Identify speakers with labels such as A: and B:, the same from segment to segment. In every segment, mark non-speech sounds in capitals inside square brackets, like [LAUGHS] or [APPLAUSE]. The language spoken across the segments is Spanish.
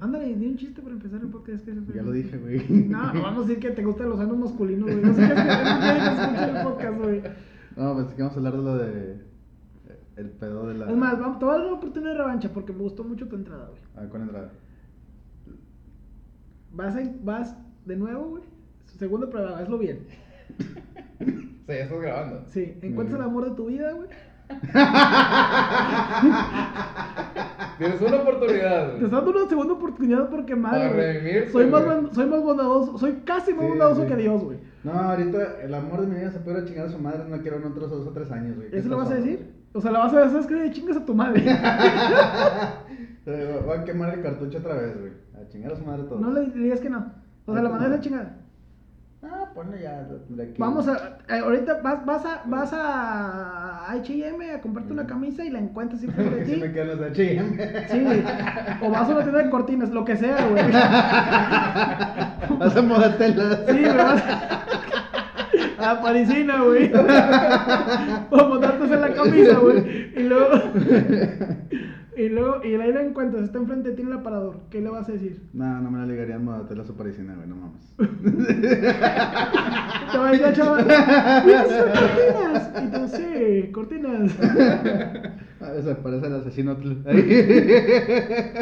A: Ándale, di un chiste para empezar el podcast. que se fue.
B: Ya lo dije, güey. [LAUGHS]
A: No, no vamos a decir que te gustan los anos masculinos, güey. No sé qué es que no quieres escuchar el podcast, güey.
B: No, pues que vamos a hablar de lo de. El pedo de la.
A: Es más, vamos, te voy a dar una oportunidad de revancha porque me gustó mucho tu entrada, güey.
B: A ver, ¿cuál entrada?
A: Vas, en- vas de nuevo, güey. Su segunda prueba, hazlo bien.
C: O sea, ya estás grabando.
A: Sí, encuentras el
B: bien.
A: amor de tu vida, güey.
C: Ah, Tienes una
A: Te
C: oportunidad. güey.
A: estás dando una segunda oportunidad porque, madre,
C: Para
A: güey,
C: redimirte,
A: soy, más,
C: güey.
A: bon- soy más bondadoso, soy casi más
B: Sí,
A: bondadoso
B: sí.
A: que Dios, güey.
B: No, ahorita el amor de mi vida se puede chingar a su madre. No quiero en otros dos o tres años, güey.
A: ¿Eso lo vas a
B: Estás
A: decir? O sea, la vas a hacer que de chingas a tu
B: [LAUGHS]
A: madre.
B: solo. Eh, Voy a quemar el cartucho otra vez, güey. A chingar a su madre todo.
A: No le dirías que no. O sea, la mandas a chingada.
B: Ah, ponle ya. de aquí.
A: [LAUGHS] Vamos a. eh, ahorita vas, vas a. Vas a HM a comprarte una camisa y la encuentras siempre de
B: [LAUGHS] Porque [LAUGHS] si
A: ti.
B: me quedan los H&M.
A: Sí. O vas a una tienda de cortinas, lo que sea, güey. Sí,
B: [LAUGHS] Vas a modatelas.
A: güey. Vas a la parisina, güey. O montarte en la camisa, güey. Y luego. Y luego. Y ahí la encuentras, está enfrente de ti en el aparador. ¿Qué le vas a decir?
B: No, no me la ligaría en modatelas o parisina, güey.
A: [LAUGHS]
B: No mames.
A: Te va a decir la chava. "Mira, son cortinas! Y tú, sí, cortinas.
B: A veces Ah, parece el asesino. [LAUGHS] Tl-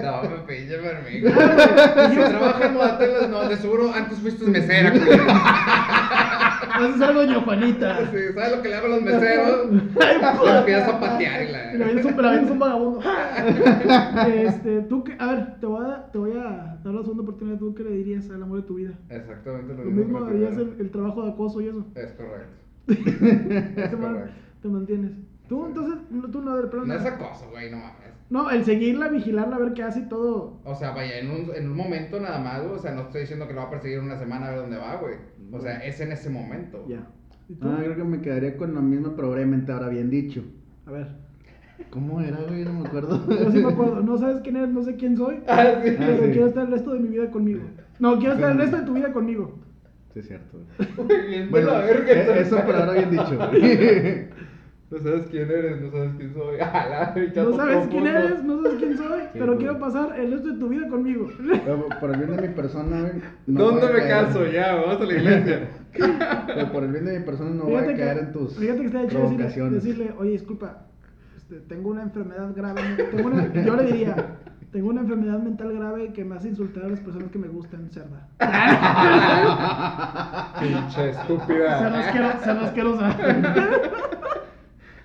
A: Ah,
C: No, me pinche permiso. Si trabajas en Modatelas, no, de seguro antes fuiste mesera, culero.
A: Haces algo, doña Juanita.
C: Sí, ¿Sabes lo que le hago a los meseros?
A: Ay,
C: Empiezas a patear y
A: Y la
C: la.
A: vienes un, la vienes un vagabundo. [LAUGHS] ¡Ah! Este, tú que, a ver, te voy a, te voy a dar la segunda oportunidad. ¿Tú qué le dirías al amor de tu vida?
C: Exactamente lo
A: Lo
C: mismo.
A: mismo
C: que la
A: harías
C: primera.
A: el, el trabajo de acoso y
C: [LAUGHS]
A: eso.
C: Es correcto.
A: Te, man-
C: correcto.
A: te mantienes. Tú, entonces, no, tú no, a ver, perdón.
C: Este No es acoso, güey, no mames.
A: No, el seguirla, vigilarla, a ver qué hace y todo.
C: O sea, vaya, en un, en un momento nada más, güey. O sea, no estoy diciendo que lo va a perseguir una semana a ver dónde va, güey. O sea, es en ese momento.
A: Ya. ¿Y tú?
B: Ah, creo que me quedaría con lo mismo, pero brevemente ahora bien dicho.
A: A ver.
B: ¿Cómo era, güey? No me acuerdo.
A: Yo sí me acuerdo. No sabes quién eres, no sé quién soy.
C: Ah, sí.
A: Pero
B: Ah, sí.
A: quiero estar el resto de mi vida conmigo. No, quiero estar el resto de tu vida conmigo.
B: Sí, es cierto.
A: [LAUGHS]
B: güey.
C: [LAUGHS] Bien de
B: Bueno,
C: la verga,
A: e-
B: eh,
C: entonces.
B: eso por ahora bien dicho. güey.
C: No sabes quién eres, no sabes quién soy. [LAUGHS] A la verga,
A: No
C: todo
A: sabes quién
C: profundo.
A: eres, no sabes quién soy, pero
B: güey.
A: quiero pasar el resto de tu vida conmigo.
B: Pero por el bien de mi persona, güey. no
C: ¿Dónde
B: voy a
C: me
B: caer-
C: caso? Ya, vamos a la iglesia.
B: Pero por el bien de mi persona no voy a caer en tus
A: fíjate que está hecho decirle,
B: provocaciones.
A: decirle, oye, disculpa, este, tengo una enfermedad grave. tengo una- yo le diría, tengo una enfermedad mental grave que me hace insultar a las personas que me gustan, cerda.
C: Pinche
A: Cerda
C: estúpida.
A: asquero- cerda asquerosa.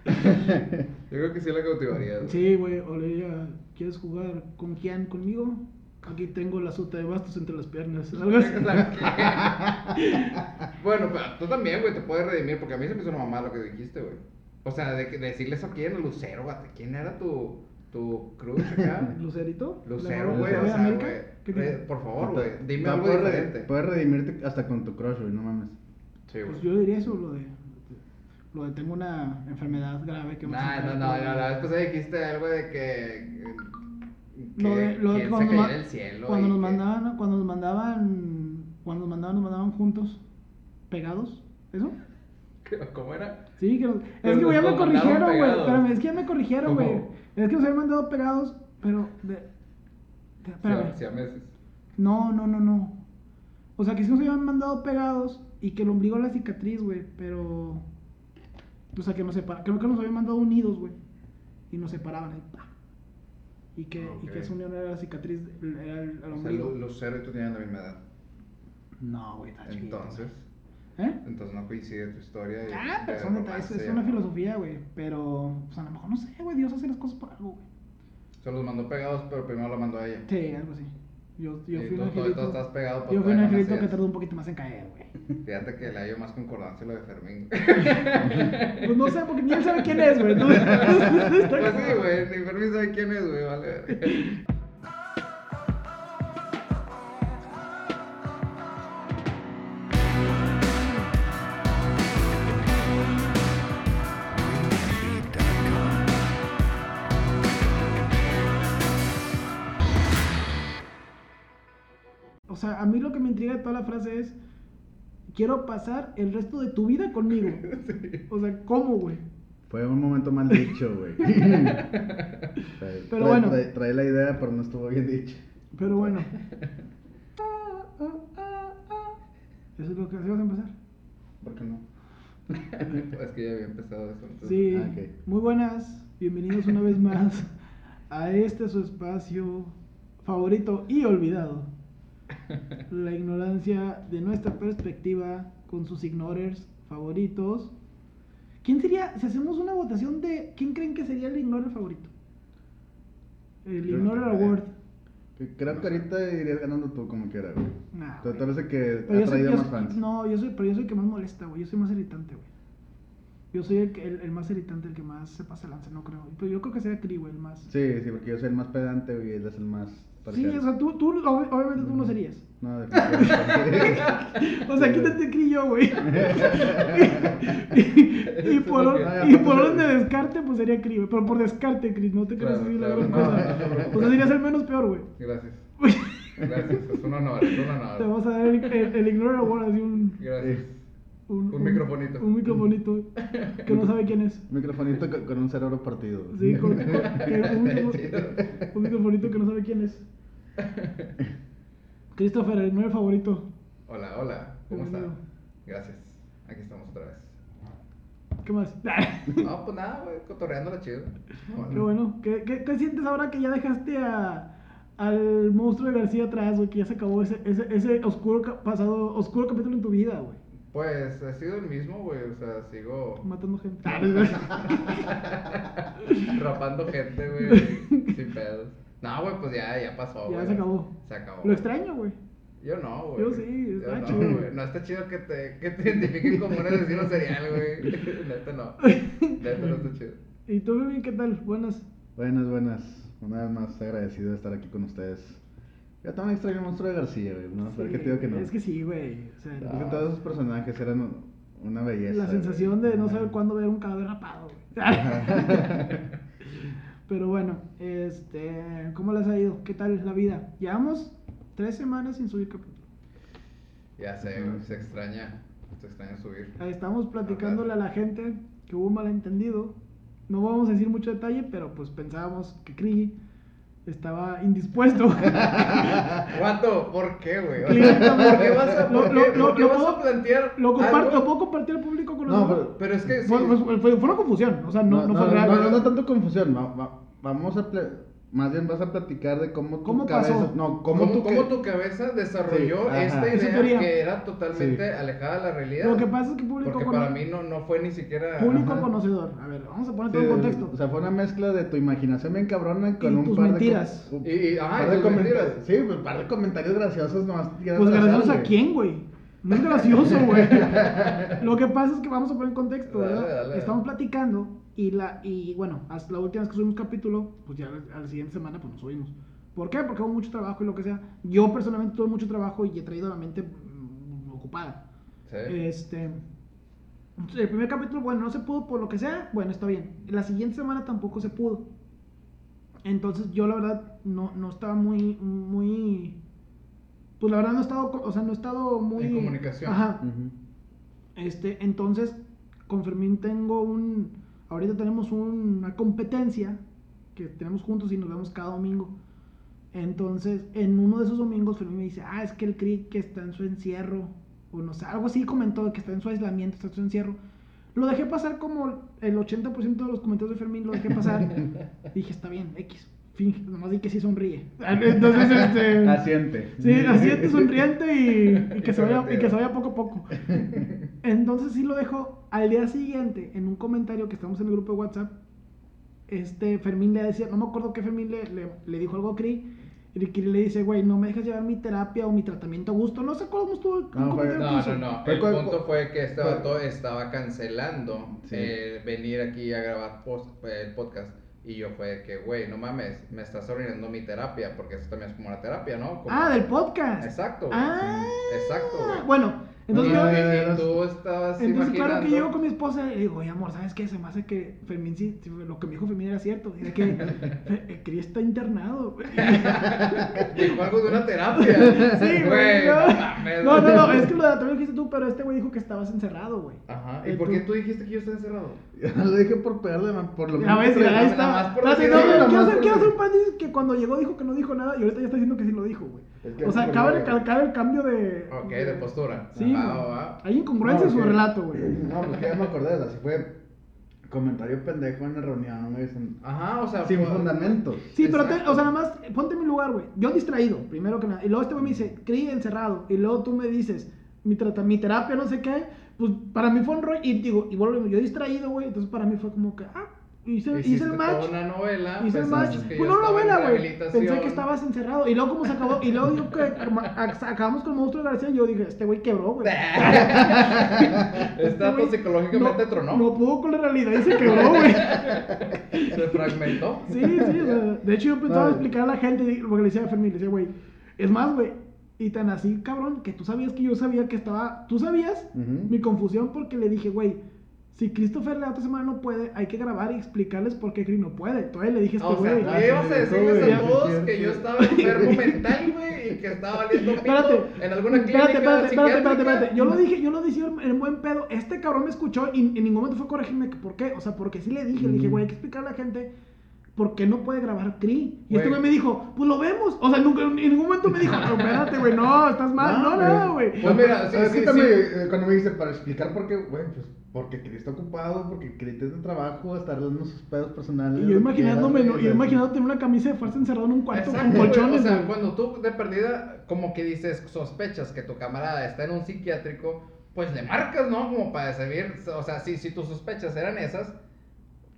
C: Yo creo que sí la cautivaría. güey.
A: Sí, güey, o le diría, ¿quieres jugar con quién? ¿Conmigo? Aquí tengo la suta de bastos entre las piernas. [LAUGHS] Algo así.
C: [LAUGHS] bueno, pero tú también, güey, te puedes redimir. Porque a mí se me hizo una mamada lo que dijiste, güey. O sea, de, que- decirle eso a quién, Lucero, güey. ¿Quién era tu, tu crush acá?
A: ¿Lucerito?
C: Lucero,
A: ¿La
C: güey.
A: novia
C: O
A: de
C: sea,
A: América?
C: güey.
A: ¿Qué
C: re-
A: dijo?
C: Por favor, güey. Dime
B: No,
C: algo
B: puedes re-
C: diferente.
B: Puedes redimirte hasta con tu crush, güey, no mames.
C: Sí,
A: Pues
C: güey.
A: yo diría eso, lo de. Lo de tengo una enfermedad grave que me
C: Nah,
A: hace
C: no,
A: entrar
C: no,
A: por-
C: no, la vez pasada dijiste algo de que. eh, que
A: Lo de, lo de
C: quién
A: cuando,
C: se
A: ma-
C: caía del cielo.
A: cuando
C: y
A: nos
C: que-
A: mandaban, cuando nos mandaban, cuando nos mandaban, nos mandaban juntos, pegados, ¿eso?
C: [LAUGHS] ¿Cómo era?
A: Sí, que nos- es
C: Pero
A: que güey, ya
C: nos
A: me
C: mandaban
A: corrigieron, güey,
C: pegados.
A: espérame, es que ya me corrigieron,
C: ¿Cómo?
A: güey, es que nos habían mandado pegados, pero, de, de- espérame,
C: Sí, a meses.
A: no, no, no, no, o sea, que sí nos habían mandado pegados y que el ombligo era la cicatriz, güey, pero, o sea, que nos separaban, creo que nos habían mandado unidos, güey, y nos separaban, ahí, pa. y que, y
C: Ok.
A: que esa unión era la cicatriz, era el, el
C: O sea,
A: ombligo.
C: Lu- Lucero y tú tenían la misma edad.
A: No, güey, está Ah, chiquito.
C: Entonces, eh,
A: güey. ¿Eh?
C: entonces no coincide tu historia. y-
A: Ah,
C: de
A: pero son detalles,
C: romance
A: es
C: y
A: una
C: amor.
A: filosofía, güey. Pero, pues a lo mejor no sé, güey, Dios hace las cosas por algo, güey.
C: Se los mandó pegados, pero primero lo mandó a ella.
A: Sí, algo así. Yo, yo
C: Y
A: fui un
C: tú- tú- tú
A: angelito.
C: estás pegado, pues,
A: yo fui un
C: todavía no
A: angelito que
C: nacías.
A: tardó un poquito más en caer, güey.
C: Fíjate que le hallo más concordancia a lo
A: [LAUGHS]
C: de Fermín.
A: Pues no sé, porque ni él sabe quién es, güey. entonces- [LAUGHS] está
C: pues sí,
A: cabrón.
C: güey, ni Fermín sabe quién es, güey, vale.
A: [LAUGHS]
C: verga.
A: O sea, a mí lo que me intriga de toda la frase es: Quiero pasar el resto de tu vida conmigo. O sea, ¿cómo, güey?
B: Fue un momento mal
A: [LAUGHS]
B: dicho, güey. [LAUGHS] Trae-
A: Pero
B: trae-
A: bueno.
B: Trae, trae la idea, pero no estuvo bien dicho.
A: Pero
C: [LAUGHS]
A: bueno. Eso es lo que hacemos empezar.
B: ¿Por qué no?
C: es que ya había empezado eso. Entonces.
A: Sí,
B: Ah, ok.
A: muy buenas, bienvenidos una vez más a este su espacio favorito y olvidado. La ignorancia de nuestra perspectiva con sus ignorers favoritos. ¿Quién sería, si hacemos una votación de quién creen que sería el ignorer favorito? El
B: Yo no
A: ignorer
B: tengo idea.
A: award.
B: Que- Creo que ahorita irías ganando tú como quiera, güey.
A: Nah,
B: Tú
A: güey.
B: tú eres el que
A: Pero
B: ha
A: yo soy-
B: traído
A: yo
B: más
A: soy-
B: fans.
A: No, yo soy, pero yo soy el que más molesta, güey. Yo soy más irritante, güey. Yo soy el, que- el, el más irritante, el que más se pasa lanza, no creo. Pero yo creo que sería Cri, güey, el más.
B: Sí, sí, porque yo soy el más pedante, güey, y él es el más
A: Sí,
B: parcial.
A: o sea, tú, tú ob- obviamente tú no serías.
B: No,
A: [LAUGHS]
B: definitivamente.
A: O sea, quítate Cri yo,
C: [LAUGHS]
A: güey. y, por, or-
B: Ah,
A: y
B: ya,
A: por
B: pues,
A: orden de descarte, pues sería Cri, güey. Pero por descarte, Cri, no te creas
C: Claro,
A: así la
C: claro,
A: gran
C: no,
A: cosa.
C: no, no, no, no.
A: O sea, serías el menos peor,
C: [LAUGHS]
A: güey.
C: [LAUGHS] Gracias. Gracias, es un honor, es un
A: Te
C: honor.
A: vamos a dar el, el, el Ignorer Award, así un.
C: Gracias.
A: Un,
C: Un microfonito.
A: Un microfonito que no sabe quién es.
B: Un microfonito con, con un cerebro partido. güey.
C: [LAUGHS]
A: Sí, con, con- que un, microfo- un microfonito que no sabe quién
C: [LAUGHS]
A: es. Christopher, el nuevo favorito.
C: Hola, hola. ¿Cómo está?
A: Bienvenido.
C: Gracias. Aquí estamos otra vez.
A: ¿Qué más? [LAUGHS]
C: No, pues nada, güey, cotorreando la chida.
A: Pero bueno, ¿qué, qué, qué sientes ahora que ya dejaste a, al monstruo de García atrás, güey? Que ya se acabó ese, ese, ese oscuro ca- pasado, oscuro capítulo en tu vida, güey.
C: Pues ha sido el mismo, güey. O sea, sigo [LAUGHS]
A: Matando gente. Ah, no es verdad.
C: rapando gente,
A: [LAUGHS]
C: güey. sin pedos. No, güey, pues ya, ya pasó,
A: Ya
C: güey.
A: se acabó.
C: Se acabó.
A: [LAUGHS] Lo extraño,
B: [LAUGHS]
A: güey.
C: Yo no, güey.
A: Yo sí, está
C: no,
A: chido.
C: güey. No está chido que te, que te [LAUGHS] identifiquen como un asesino serial, güey.
A: [LAUGHS]
C: [LAUGHS] Neta no. Neta no está chido.
A: ¿Y tú, Bibi, qué tal? Buenas.
B: Buenas, buenas. Una vez más agradecido de estar aquí con ustedes. Ya también extraño el monstruo de García, güey. No, pero que te digo que no. Ah,
A: Es que sí, güey. O sea,
B: Creo que todos esos personajes eran una belleza.
A: La
B: güey.
A: sensación de no saber
B: [LAUGHS]
A: cuándo ver un cadáver rapado, güey. [LAUGHS] Pero bueno, este, ¿cómo les ha ido? ¿Qué tal la vida? Llevamos tres semanas sin subir capítulo.
C: Ya sé,
B: Ujú.
C: güey, se extraña. Se extraña subir.
A: Ahí Estamos platicándole a la gente que hubo un malentendido. No vamos a decir mucho detalle, pero pues pensábamos que Cree estaba indispuesto. Ah.
C: ¿Cuánto? ¿Por qué, güey? O
A: Clienta,
C: sea, ¿Por qué
A: lo-
C: vas a,
A: lo-
C: [LAUGHS] por qué-
A: lo-
C: por qué
A: lo
C: vas
A: puedo-
C: a plantear?
A: Lo, comparto,
C: algo?
A: lo puedo compartir al público con
B: No,
A: nosotros.
B: pero-
C: Pero es que sí.
A: Fue, fue- fue- fue una confusión, o sea, no,
B: No,
A: no fue real.
B: no, no, no tanto confusión. va- va- vamos a. pla- Más bien vas a platicar de cómo tu
A: ¿Cómo
B: cabeza.
A: pasó?
B: No, cómo,
C: ¿Cómo,
B: tu.
C: cómo
B: que-
C: tu cabeza desarrolló
B: Sí, ajá.
C: esta
A: Esa teoría.
C: idea que era totalmente
B: Sí.
C: alejada de la realidad?
A: Lo que pasa es que público
C: Porque
A: cono-
C: para mí no, no fue ni siquiera...
A: público
B: Ajá.
A: conocedor. A ver, vamos a poner
B: Sí,
A: todo en contexto.
B: O sea, fue una mezcla de tu imaginación bien cabrona con
A: Y
B: un
A: tus
B: par
A: mentiras.
B: de. co- un
C: Y- y- ajá,
B: par
C: y
B: de
C: tus
B: comentarios.
C: mentiras.
B: Sí, pues un par de comentarios graciosos nomás.
A: Pues graciosos
B: güey.
A: a quién, güey. No es gracioso,
C: [LAUGHS]
A: güey. Lo que pasa es que vamos a poner en contexto,
C: Dale,
A: ¿verdad?
C: dale.
A: Estamos platicando y la y bueno, hasta la última vez que subimos capítulo, pues ya a la siguiente semana pues nos subimos. ¿Por qué? Porque hubo mucho trabajo y lo que sea. Yo personalmente tuve mucho trabajo y he traído la mente mm, ocupada.
C: Sí.
A: Este el primer capítulo, bueno, no se pudo por lo que sea, bueno, está bien. La siguiente semana tampoco se pudo. Entonces yo la verdad no, no estaba muy, muy... Pues la verdad no he estado, co- o sea, no he estado muy...
C: En comunicación.
A: Ajá.
B: Ujú.
A: Este, entonces, con Fermín tengo un... Ahorita tenemos una competencia que tenemos juntos y nos vemos cada domingo. Entonces, en uno de esos domingos, Fermín me dice, ah, es que el Crick que está en su encierro, o no sé, algo así comentó, que está en su aislamiento, está en su encierro. Lo dejé pasar como el 80% de los comentarios de Fermín, lo dejé pasar. Dije, está bien, X. Finge, nomás di que sí sonríe. [LAUGHS] Entonces,
B: [LAUGHS]
A: este...
B: Asiente.
A: Sí,
B: [LAUGHS]
A: asiente, sonriente y, y que
C: Y
A: se vaya,
C: soberbio.
A: y que se vaya poco a poco. Entonces sí lo dejo al día siguiente en un comentario que estamos en el grupo de WhatsApp. Este Fermín le decía, no me acuerdo que Fermín le, le, le dijo algo a Cri. Y el Cri le dice, güey, no me dejas llevar mi terapia o mi tratamiento a gusto. No sé cómo estuvo el
B: No, fue-
A: comentario que
C: No,
A: hizo.
C: no, no.
B: Fue
C: El
B: cual-
C: punto fue que este
B: fue-
C: vato estaba cancelando
B: Sí.
C: el venir aquí a grabar post- el podcast. Y yo fue de que, güey, no mames, me estás arruinando mi terapia, porque eso también es como una terapia, ¿no? Como-
A: Ah, del Ah, podcast.
C: Exacto, güey.
A: Ah,
C: Exacto, güey.
A: Bueno, Entonces,
C: Y-
A: yo-
B: Ay,
C: y- y
B: ay,
C: tú estabas
A: Entonces, claro que
C: imaginando-
A: llego con mi esposa y le digo, oye, amor, ¿sabes qué? Se me hace que Fermín, sí, sí, lo que me dijo Fermín era cierto. Era que Fe- el Cris está internado. [LAUGHS] güey.
C: Dijo algo de una terapia.
A: Sí, güey.
C: güey.
A: No,
C: mames,
A: no, no,
C: güey.
A: no, es que lo de la terapia lo dijiste tú, pero este güey dijo que estabas encerrado, güey.
C: Ajá. ¿Y
A: Eh,
C: por qué tú dijiste que yo estaba encerrado?
B: Lo dije por pegarle, man, por lo
A: A ver,
B: que
A: si
B: traía.
A: ahí
C: nada
A: está.
C: más por
A: Espérate,
C: decir
A: no,
B: eso,
A: no,
B: nada
A: Quiero
B: más
A: hacer,
B: por
A: quiero hacer un
B: decir-
A: paréntesis que cuando llegó dijo que no dijo nada y ahorita ya está diciendo que sí lo dijo, güey.
B: Es que
A: O sea,
B: es
A: cabe
B: lo que-
A: recalcar el cambio de.
C: Ok, de postura. Ah,
A: Sí,
C: Va,
A: güey.
C: va, va.
A: Hay incongruencia en
B: No,
A: su
B: ok.
A: relato, güey.
B: No, pues que ya me acordé, así fue comentario pendejo en la reunión, güey, sin,
C: Ajá, o sea.
B: sin
C: pues-
B: fundamentos.
A: Sí, pero, te-
C: Exacto.
A: o sea, nada más, eh, ponte en mi lugar, güey. Yo distraído, primero que nada. Y luego este güey me dice, creí encerrado. Y luego tú me dices, mi, trata- mi terapia, no sé qué. Pues para mí fue un rollo. Y digo, y vuelvo, yo distraído, güey. Entonces para mí fue como que, ah, hice, hice
C: Hiciste
A: el
C: toda
A: match.
C: una novela.
A: Hice el match.
C: pensaste que
A: Pues
C: yo
A: no
C: estaba en
A: novela, güey. Pensé que
C: rehabilitación. [LAUGHS]
A: estabas encerrado. Y luego, como se acabó. Y luego dijo que arma- ac- acabamos con Monstruo García. Yo dije, este güey quebró,
C: [LAUGHS]
A: güey.
C: Este dato psicológicamente
A: no,
C: tronó.
A: No pudo con la realidad y se quebró,
C: [LAUGHS]
A: güey.
C: Se fragmentó.
A: [LAUGHS] Sí, sí, o sea, de hecho yo pensaba
B: Vale.
A: explicar a la gente lo que le decía a Fermín, le decía, güey, es más, güey, y tan así, cabrón, que tú sabías que yo sabía que estaba, tú sabías
B: Ujú.
A: mi confusión porque le dije, güey, si Christopher la otra semana no puede, hay que grabar y explicarles por qué Chris no puede. Todavía le dije a
C: Ah,
A: este
C: O sea,
A: güey.
C: tú
B: ah,
C: ya ibas a
B: sí,
C: decirles
B: güey,
C: a
B: sí,
C: todos
B: cierto.
C: que yo estaba
A: [LAUGHS]
C: enfermo mental, güey, y que estaba valiendo pico
A: Espérate.
C: en alguna clínica
A: espérate, espérate, espérate, espérate,
C: psiquiátrica.
A: espérate. Yo lo dije, yo lo dije en buen pedo. Este cabrón me escuchó y en ningún momento fue a corregirme que por qué. O sea, porque sí le dije, le dije,
C: Mm.
B: Ujú.
A: güey, hay que explicarle a la gente por qué no puede grabar CRI. Y este
C: Güey.
A: güey me dijo, pues lo vemos. O sea, nunca, en ningún momento me dijo, "No, espérate, güey, no, estás mal. No, no, güey.
C: Pues mira, sí,
B: es que
C: sí,
B: también
C: sí.
B: eh, cuando me dice para explicar por qué, güey, pues porque Cris está ocupado, porque Cris tiene trabajo, está arreglando sus pedos personales.
A: Y yo
B: lo que
A: imaginándome,
B: quiera,
A: no, y yo
B: güey, [LAUGHS] o sea,
A: imaginando tener una camisa de fuerza encerrado en un cuarto
C: Exacto,
A: con
C: güey,
A: colchones.
C: O sea,
A: güey.
C: cuando tú de perdida, como que dices, sospechas que tu camarada está en un psiquiátrico, pues le marcas, ¿no? Como para servir. O sea, sí, si tus sospechas eran esas,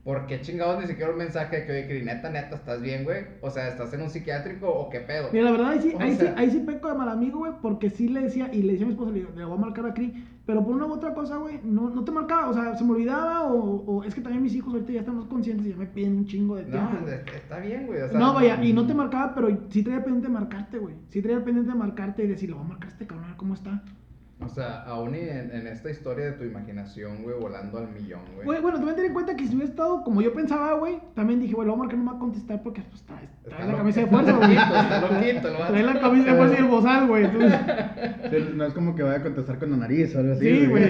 C: ¿por qué chingados ni siquiera un mensaje de que, oye, Cris, neta, neta, estás bien, güey? O sea, ¿estás en un psiquiátrico o qué pedo?
A: Mira, la verdad, ahí sí,
C: O
A: ahí,
C: sea-
A: sí, ahí sí peco de mal amigo, güey, porque sí le decía, y le decía a mi esposa, le, digo, le voy a marcar a Cris, pero por una u otra cosa, güey, no, no te marcaba, o sea, se me olvidaba, o, o es que también mis hijos ahorita ya están más conscientes y ya me piden un chingo de tiempo.
C: No, pues,
A: güey.
C: es- está bien, güey. O sea,
A: No, vaya, y no te marcaba, pero sí traía pendiente de marcarte, güey. Sí traía pendiente de marcarte y decir, lo voy a marcar a este cabrón, a ver cómo está.
C: O sea, aún y en, en esta historia de tu imaginación, güey, volando al millón, güey.
A: Güey, bueno, también ten en cuenta que si hubiera estado como yo pensaba, güey, también dije, güey, lo voy a marcar, no me va a contestar porque pues, trae, trae la
C: lo-
A: camisa de fuerza, güey.
C: [LAUGHS] Está loquito, lo
A: Trae la camisa de fuerza y el bozal, güey. Entonces...
B: sí, No es como que vaya a contestar con la nariz o algo así.
A: Sí, güey.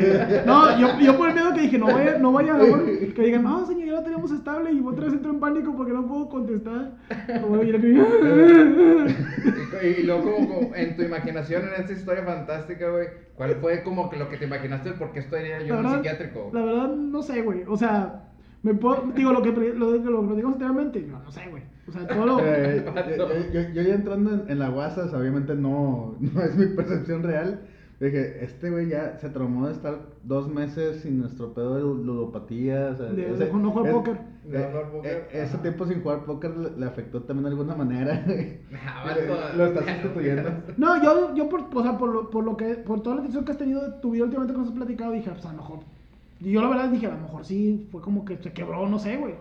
A: No, yo, yo por el miedo que dije, no vaya, no vaya, [LAUGHS] güey, que digan, no, señor, ya lo tenemos estable y otra vez entro en pánico porque no puedo contestar. Como yo
C: [LAUGHS]
A: que-
C: Y, y luego, como- como en tu imaginación, en esta historia fantástica, güey, ¿cuál fue como que lo que te imaginaste? ¿Por qué estoy yo
A: La
C: en un
A: verdad-
C: psiquiátrico?
A: La verdad, no sé, güey. O sea, me puedo, digo, lo que pre- lo, lo, lo digo sinceramente, no, no sé, güey. O sea, todo [LAUGHS] lo...
B: Eh, yo, yo- yo- yo ya entrando en, en la WhatsApp, obviamente no, [LAUGHS] no es mi percepción real. Dije, este güey ya se traumó de estar dos meses sin nuestro pedo de ludopatía. o sea,
A: De- de no jugar póker.
C: De no jugar póker,
B: eh, ese
C: ajá.
B: tiempo sin jugar póker le, le afectó también de alguna manera. [LAUGHS]
C: Ah, vato.
B: lo estás sustituyendo.
A: [LAUGHS] No, yo, yo por, o sea, por, lo, por lo que, por toda la atención que has tenido de tu vida últimamente que nos has platicado, dije, pues a lo mejor... y Yo la verdad dije, a lo mejor sí, fue como que se quebró, no sé, güey.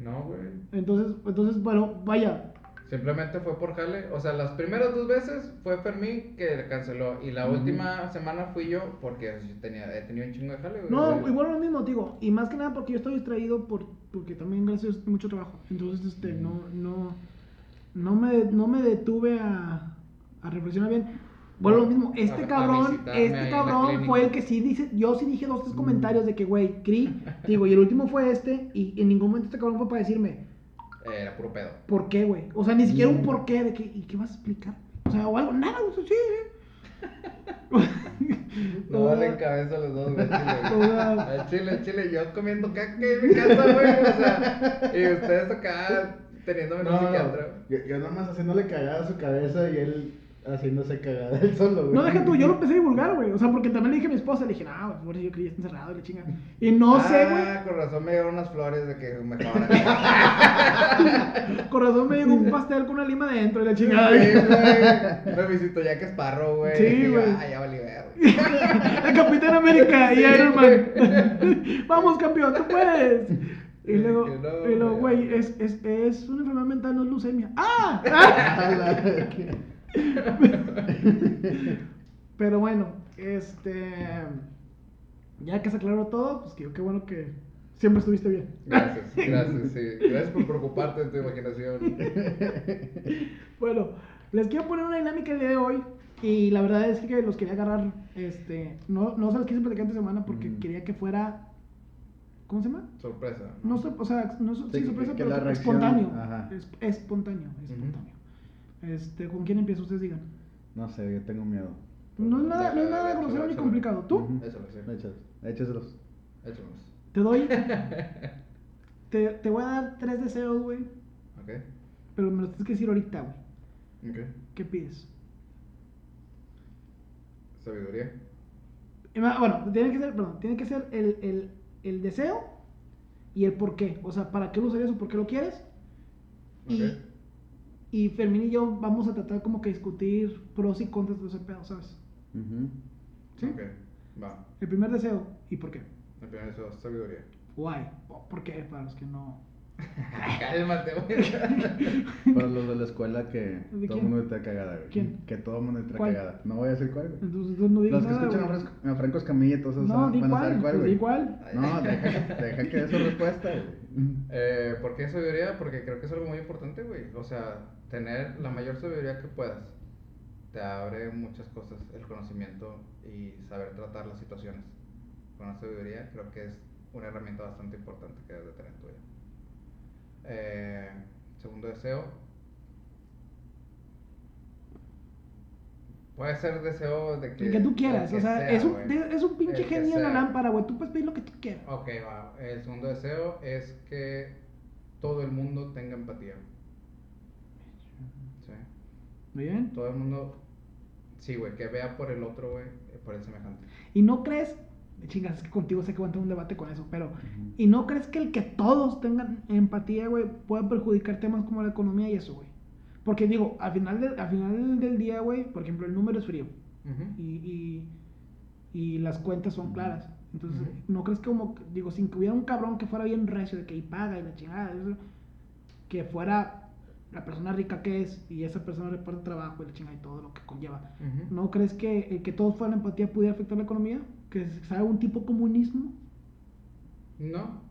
C: No, güey.
A: Entonces, entonces, bueno, vaya,
C: Simplemente fue por jale. O sea, las primeras dos veces fue Fermín que le canceló. Y la
B: Ujú.
C: última semana fui yo porque yo tenía, he tenido un chingo de jale, güey.
A: No,
C: O sea,
A: igual lo mismo, digo. Y más que nada porque yo estoy distraído por, porque también gracias a Dios tengo mucho trabajo. Entonces, este, no, no, no me, no me detuve a, a reflexionar bien. Bueno, lo mismo, este
C: A- a
A: cabrón,
C: visitarme ahí
A: este
C: en la
A: cabrón
C: clínica.
A: fue el que sí dice, yo sí dije dos, tres comentarios de que, güey,
C: [LAUGHS]
A: Cri, digo, y el último fue este, y en ningún momento este cabrón fue para decirme,
C: Era puro pedo.
A: ¿por qué, güey? O sea, ni siquiera un
B: Mm.
A: por qué, de que, ¿y qué vas a explicar? O sea, o algo, nada, o sea, sí, eh.
C: [LAUGHS] No valen cabeza los dos, güey. chile, güey.
A: Toda-
C: Al chile, al chile, yo comiendo caca en mi casa, güey. O sea, y ustedes acá teniéndome en un
B: No,
C: psiquiatra.
B: yo, yo nomás haciéndole cagada a su cabeza y él haciéndose cagada [LAUGHS] él solo, güey.
A: No, deja tú, yo lo empecé a divulgar, güey. O sea, porque también le dije a mi esposa, le dije, no, por eso yo creí que está encerrado, y la chinga. Y no sé,
C: Ah,
A: güey.
C: con razón me dieron unas flores de que mejor.
A: [LAUGHS] Corazón me llegó un pastel con una lima dentro y la chingada.
C: Ay,
A: [LAUGHS]
C: güey. Me visitó ya que es parro, güey.
A: Sí,
C: Y yo,
A: güey.
C: Ah, ya valí güey.
A: El Capitán América y Iron Man. [LAUGHS] Vamos, campeón, tú puedes. Y luego,
C: Que no,
A: y luego,
C: güey.
A: güey, es, es, es una enfermedad mental, no es leucemia.
C: [LAUGHS]
A: ¡Ah! [LAUGHS] ¡Ah!
B: A la-
A: Pero bueno, Este. Ya que se aclaró todo, pues que yo qué bueno que siempre estuviste bien.
C: Gracias, gracias, sí. Gracias por preocuparte en
A: [LAUGHS]
C: tu imaginación.
A: Bueno, les quiero poner una dinámica el día de hoy. Y la verdad es que los quería agarrar. Este, no, no se los quise platicar esta semana porque
B: Mm.
A: quería que fuera. ¿Cómo se llama?
C: Sorpresa.
A: No sé, o sea, no sé,
B: Sí,
A: sí,
B: que-
A: sorpresa,
B: que
A: pero
B: la
A: que-
B: reacción,
A: espontáneo.
B: ajá.
A: Es, espontáneo, espontáneo. Este, ¿con quién empiezo? Ustedes digan.
B: [LAUGHS] No sé, yo tengo miedo.
A: No es
B: Pues,
A: nada, no es nada
C: Échale,
A: grosero ni
C: échale.
A: complicado. ¿Tú?
B: Ujú.
C: Échalo, sí.
B: Échalos, échaselos.
C: Échalos.
A: Te
B: [LAUGHS]
A: doy. te, te voy a dar tres deseos, güey.
C: Ok.
A: Pero me los tienes que decir ahorita, güey.
C: Ok.
A: ¿Qué pides?
C: Sabiduría.
A: Y ma- Bueno, tiene que ser, perdón, tiene que ser el, el, el deseo y el por qué. O sea, ¿para qué lo usarías o por qué lo quieres? Y,
C: Ok.
A: y Fermín y yo vamos a tratar como que discutir pros y contras de ese pedo, ¿sabes?
B: Ujú.
A: ¿Sí?
C: Ok. Va.
A: El primer deseo y por qué.
C: El primer deseo, sabiduría. [LAUGHS]
A: Why? O ¿Por qué? Para los que no.
C: Cálmate, güey.
B: Para los de la escuela que
A: ¿De
B: todo el
A: quién?
B: mundo está cagada, güey.
A: ¿Quién?
B: Que todo el mundo está
A: ¿Cuál?
B: cagada. No voy a decir cuál, güey.
A: Entonces tú no digas
B: Los que
A: nada,
B: escuchan a
A: güey.
B: Franco, a Franco Escamilla, entonces
A: No,
B: van,
A: di
B: van a
A: cuál,
B: saber cuál,
A: pues
B: güey.
A: di cuál.
B: No, deja, deja que dé su respuesta,
A: [LAUGHS]
B: güey.
C: Eh, ¿Por qué sabiduría? Porque creo que es algo muy importante, güey. O sea, tener la mayor sabiduría que puedas te abre muchas cosas, el conocimiento y saber tratar las situaciones. Con la sabiduría creo que es una herramienta bastante importante que debes de tener en tu vida. Eh, segundo deseo. Puede ser deseo de que...
A: El que tú quieras, o
C: el que
A: sea, es, un,
C: güey.
A: te- es un pinche
C: El que
A: genio en la
C: sea. Oh.
A: lámpara, güey. Tú puedes pedir lo que tú quieras.
C: Ok, va. El segundo deseo es que todo el mundo tenga empatía. Sí.
A: Muy bien.
C: Todo el mundo. Sí, güey, que vea por el otro, güey, eh, por el semejante.
A: Y no crees, chingas, es que contigo sé que voy a tener un debate con eso, pero. Y no crees que el que todos tengan empatía, güey, pueda perjudicar temas como la economía y eso, güey. Porque digo, al final, del, al final del día, güey, por ejemplo, el número es frío y,
C: Ujú.
A: y, y las cuentas son claras. Entonces,
C: Ujú.
A: no crees que como, que- digo, sin que hubiera un cabrón que fuera bien recio, de que y paga y la chingada, y eso, que fuera la persona rica que es y esa persona reparte trabajo y la chingada y todo lo que conlleva.
C: Ujú.
A: ¿No crees que el que todos fueran empatía pudiera afectar la economía? ¿Que sea algún tipo de comunismo?
C: No.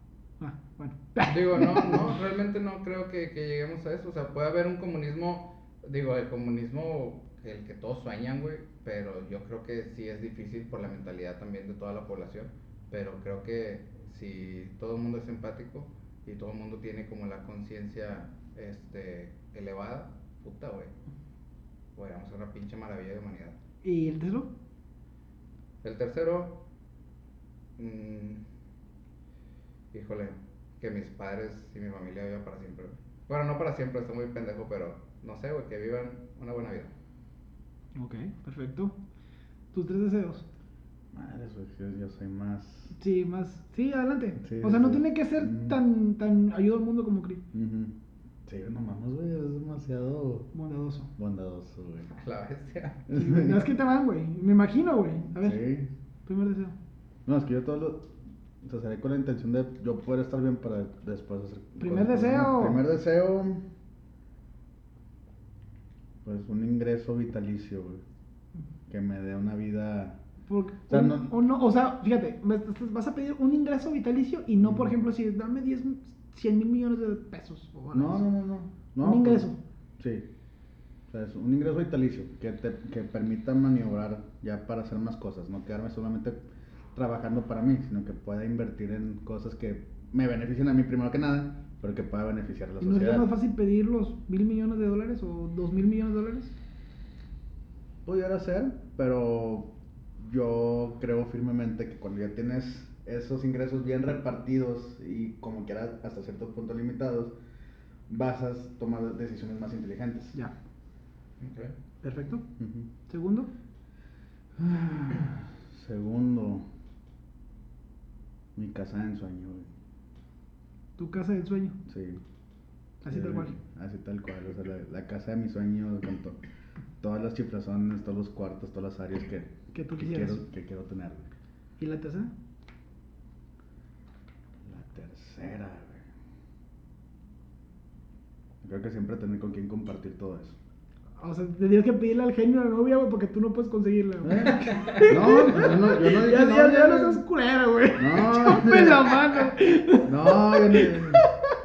A: Ah, bueno.
C: [LAUGHS] Digo, no, no, realmente no creo que, que lleguemos a eso. O sea, puede haber un comunismo, digo, el comunismo, el que todos sueñan, güey, pero yo creo que sí es difícil por la mentalidad también de toda la población. Pero creo que si todo el mundo es empático y todo el mundo tiene como la conciencia este, elevada, puta, güey, podríamos ser una pinche maravilla de humanidad.
A: ¿Y el tercero?
C: El tercero, mm, híjole, que mis padres y mi familia vivan para siempre. güey. Bueno, no para siempre, está muy pendejo, pero no sé, güey, que vivan una buena vida. [LAUGHS]
A: Ok, perfecto. Tus tres deseos.
B: Madres, güey, yo- yo soy más.
A: Sí, más. Sí, adelante.
B: Sí,
A: o sea, no
B: sí.
A: tiene que ser
B: Mm.
A: tan, tan ayuda al mundo como Cris.
B: Ujú. Sí, no mames, güey, es demasiado
A: Bondadoso.
B: bondadoso, güey.
C: A La bestia.
A: Sí, güey, no, [LAUGHS] es que te van, güey. Me imagino, güey. A ver,
B: Sí.
A: primer deseo.
B: No, es que yo todo lo. O sea, salí con la intención de yo poder estar bien para después hacer.
A: Primer
B: cosas. Pues,
A: deseo.
B: Primer deseo. Pues un ingreso vitalicio, güey. Que me dé una vida.
A: Porque
B: O sea,
A: un-
B: no-
A: o no- o sea, fíjate, me- te- te- vas a pedir un ingreso vitalicio y no, por
B: Ujú.
A: ejemplo, si dame 10, 100 mil millones de pesos. o
B: No,
A: dólares.
B: no, no, no. no
A: Un
B: pues,
A: ingreso.
B: sí. O sea, es un ingreso vitalicio que te que permita maniobrar ya para hacer más cosas. No quedarme solamente trabajando para mí, sino que pueda invertir en cosas que me beneficien a mí primero que nada, pero que pueda beneficiar a la
A: ¿Y ¿No
B: sociedad.
A: sería más fácil pedir los mil millones de dólares o dos mil millones de dólares?
B: Pudiera ser, pero yo creo firmemente que cuando ya tienes esos ingresos bien repartidos y como quiera hasta cierto punto limitados, vas a tomar decisiones más inteligentes.
A: Ya,
C: Ok.
A: perfecto.
B: Ujú.
A: Segundo,
B: Segundo, mi casa de ensueño, güey.
A: tu casa del sueño.
B: Sí.
A: Así
B: Sí,
A: tal cual.
B: Así tal cual, o sea, la, la casa de mis sueños con to- todas las chiflazones, todos los cuartos, todas las áreas que,
A: Que tú
B: que
A: quisieras.
B: quiero, que quiero tener, güey.
A: ¿Y la tercera?
B: La tercera, güey. Creo que siempre tener con quién compartir todo eso.
A: O sea, tendrías que pedirle al genio a la novia, güey, porque tú no puedes conseguirla, güey. [LAUGHS]
B: ¿Eh? No, yo no, yo no dije
A: ya, ya, ya no
B: novia.
A: seas culera,
B: [LAUGHS]
A: güey. [LAUGHS]
B: No.
A: Chúpame la mano.
B: No, yo no.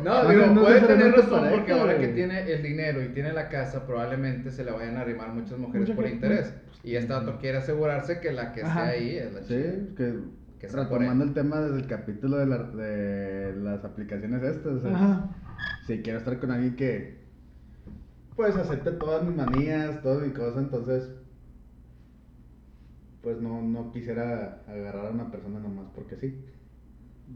C: No,
B: No,
C: digo,
B: Ah, no, no
C: puede tener
B: necesariamente
C: razón
B: pareja,
C: porque ahora
B: güey.
C: que tiene el dinero y tiene la casa, probablemente se le vayan a arrimar muchas mujeres
A: Mucha
C: por
A: gente.
C: interés. Y esta vato quiere asegurarse que la que
A: Ajá.
C: esté ahí es la chica.
B: Sí, que,
C: Que sea por
B: retomando el tema desde el capítulo de, la- de las aplicaciones estas, o sea,
A: Ajá.
B: si quiero estar con alguien que pues acepte todas mis manías, todas mis cosas, entonces pues no, no quisiera agarrar a una persona nomás porque sí,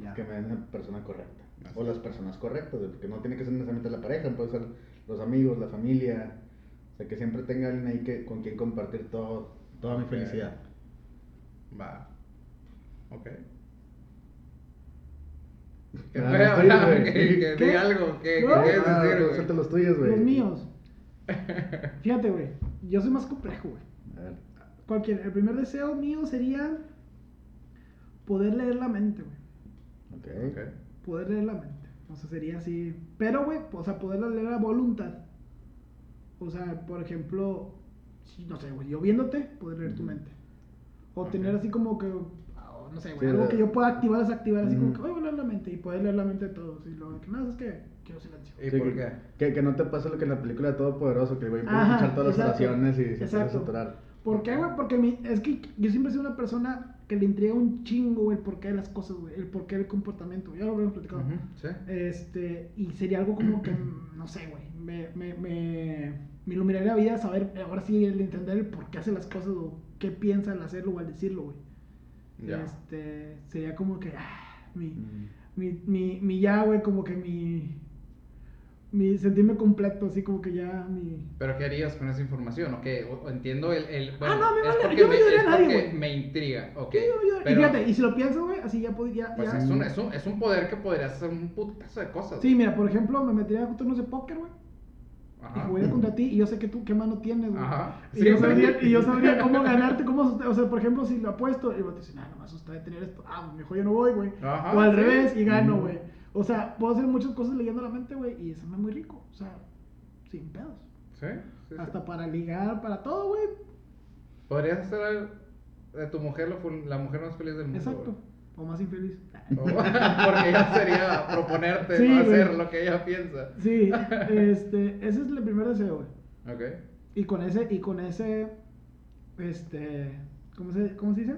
A: Ya.
B: que me den la persona correcta.
C: Así
B: O las personas correctas, porque no tiene que ser necesariamente la pareja, puede ser los amigos, la familia, o sea, que siempre tenga alguien ahí que, con quien compartir todo, toda mi
C: Ok.
B: felicidad.
C: Va. Ok. Que
B: Ah,
C: voy a
B: no estoy,
C: hablar,
B: güey.
C: [LAUGHS] que, que
A: ¿Qué?
C: di algo, que,
A: ¿No?
C: que quieres
B: Ah,
C: decir, güey.
B: suelta los tuyos, güey.
A: Los míos.
B: [LAUGHS]
A: Fíjate, güey. Yo soy más complejo, güey.
B: A ver.
A: Cualquier, el primer deseo mío sería poder leer la mente, güey.
B: Ok.
C: Ok.
A: Poder leer la mente. O sea, sería así. Pero, güey, o sea, poderla leer a voluntad. O sea, por ejemplo, si- no sé, güey, yo viéndote, poder leer tu
B: Ujú.
A: mente. O
C: Ok.
A: tener así como que, o no sé, güey,
B: Sí,
A: algo
B: la-
A: que yo pueda activar, desactivar, así como
B: Ujú.
A: que voy a leer la mente y poder leer la mente de todos. Y luego, que nada, es que quiero silencio.
C: ¿Y
B: Sí,
C: por
B: que-
C: qué?
B: Que, que no te pasa lo que en la película de Todopoderoso, que el güey empieza
A: Ajá,
B: a escuchar todas las
A: exacto,
B: oraciones y se empieza a
A: exacto.
B: saturar.
A: ¿Por qué, güey? Porque mi- es que yo siempre he sido una persona que le intriga un chingo, güey, el porqué de las cosas, güey, el porqué del comportamiento. Ya lo habíamos platicado.
C: Ujú, Sí.
A: Este, y sería algo como que, no sé, güey, me, me, me, me iluminaría la vida saber, eh, ahora sí, el entender el por qué hace las cosas o qué piensa al hacerlo o al decirlo, güey.
C: Ya.
A: Este, sería como que, ah, mi, mi, mi, mi ya, güey, como que mi, mi sentirme completo, así como que ya mi...
C: ¿Pero qué harías con esa información? Ok, o- o entiendo el... el bueno,
A: Ah, no, me
C: es
A: vale,
C: porque
A: yo no
C: me,
A: ayudaría
C: es
A: a nadie,
C: porque
A: güey.
C: me intriga, ok.
A: Sí, yo- yo- y
C: pero,
A: fíjate, y si lo pienso, güey, así ya podría...
C: pues
A: ya-
C: es un, es, un, es un poder que podrías hacer un putazo de cosas.
A: Sí, mira, por ejemplo, me metería a turnos de póker, güey, y
C: Ajá.
A: jugaría contra ti y yo sé que tú qué mano tienes, güey.
C: Ajá.
A: Y, yo sabría, y yo sabría cómo ganarte, cómo asusta- O sea, por ejemplo, si lo apuesto, y el vato dice, no, no me asusta de tener esto. Ah, mejor yo no voy, güey.
C: Ajá,
A: o al
C: Ah, sí. Mm.
A: revés, y gano,
B: Ujú.
A: güey. O sea, puedo hacer muchas cosas leyendo la mente, güey, y eso me es muy rico. O sea, sin pedos.
C: Sí, sí, sí.
A: Hasta para ligar, para todo, güey.
C: Podrías hacer al- de tu mujer lo ful- la mujer más feliz del mundo.
A: Exacto. O más infeliz.
C: güey. O- [LAUGHS] porque ella sería proponerte
A: Sí,
C: no
A: güey.
C: hacer lo que ella piensa.
A: [LAUGHS] Sí, este, ese es el primer deseo, güey.
C: Ok.
A: Y con ese, y con ese, este, ¿cómo se, cómo se dice?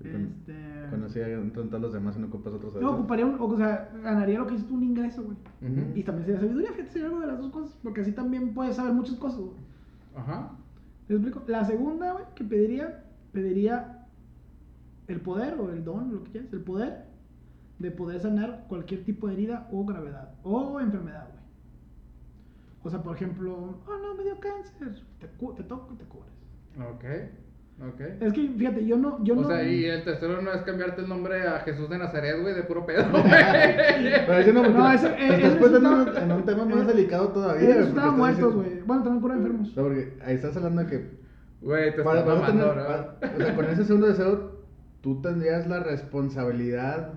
B: Y con-
A: Este,
B: Conocí a entran todos los demás y no ocupas otros
A: no,
B: deseos.
A: ocuparía un, o sea, ganaría lo que hiciste un ingreso, güey.
C: Ujú.
A: Y también sería sabiduría, fíjate, sería algo de las dos cosas, porque así también puedes saber muchas cosas. güey.
C: Ajá.
A: ¿Me explico? La segunda, güey, que pediría, pediría el poder o el don, lo que quieras, el poder de poder sanar cualquier tipo de herida o gravedad o enfermedad, güey. O sea, por ejemplo, oh no, me dio cáncer, te, cu- te toco y te cubres.
C: Ok. Ok.
A: Es que, fíjate, yo no, yo
C: o
A: no.
C: sea, y el tercero no es cambiarte el nombre a Jesús de Nazaret, güey, de puro pedo, [LAUGHS] güey.
B: Pero ese no, porque
A: No, ese-
B: te
A: eh,
B: estás
A: ese
B: poniendo en un-
A: está-
B: en un tema más
A: eh,
B: delicado todavía.
A: Ellos
B: güey,
A: estaban
B: porque estás
A: muertos, güey.
B: diciendo-
A: Bueno, también cura enfermos.
B: No, porque ahí estás hablando de que.
C: Güey, te
B: para-
C: estás
B: vas a tener-
C: mamando,
B: va-
C: ¿no?
B: o sea, con ese segundo deseo, tú tendrías la responsabilidad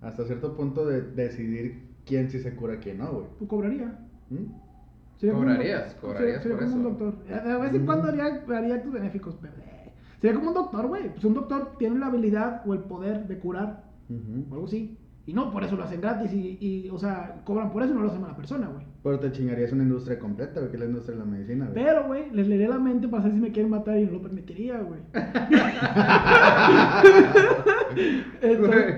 B: hasta cierto punto de decidir quién sí se cura, quién no, güey.
A: Tú cobraría.
B: ¿Mm?
A: Sería como un
C: Cobrarías,
A: doctor. sería,
C: cobrarías
A: sería
C: por
A: como
C: eso.
A: un doctor. Eh, De vez en
B: Mm.
A: cuando haría, haría actos benéficos, pero eh, sería como un doctor, güey. Pues un doctor tiene la habilidad o el poder de curar,
B: Ujú.
A: o algo así. Y no, por eso lo hacen gratis y, y, o sea, cobran por eso y no lo hacen a la persona, güey.
B: Pero te chingarías una industria completa, güey, que es la industria de la medicina, güey.
A: Pero, güey, les leería la mente para saber si me quieren matar y no lo permitiría,
C: [LAUGHS]
A: güey. [LAUGHS] Entonces,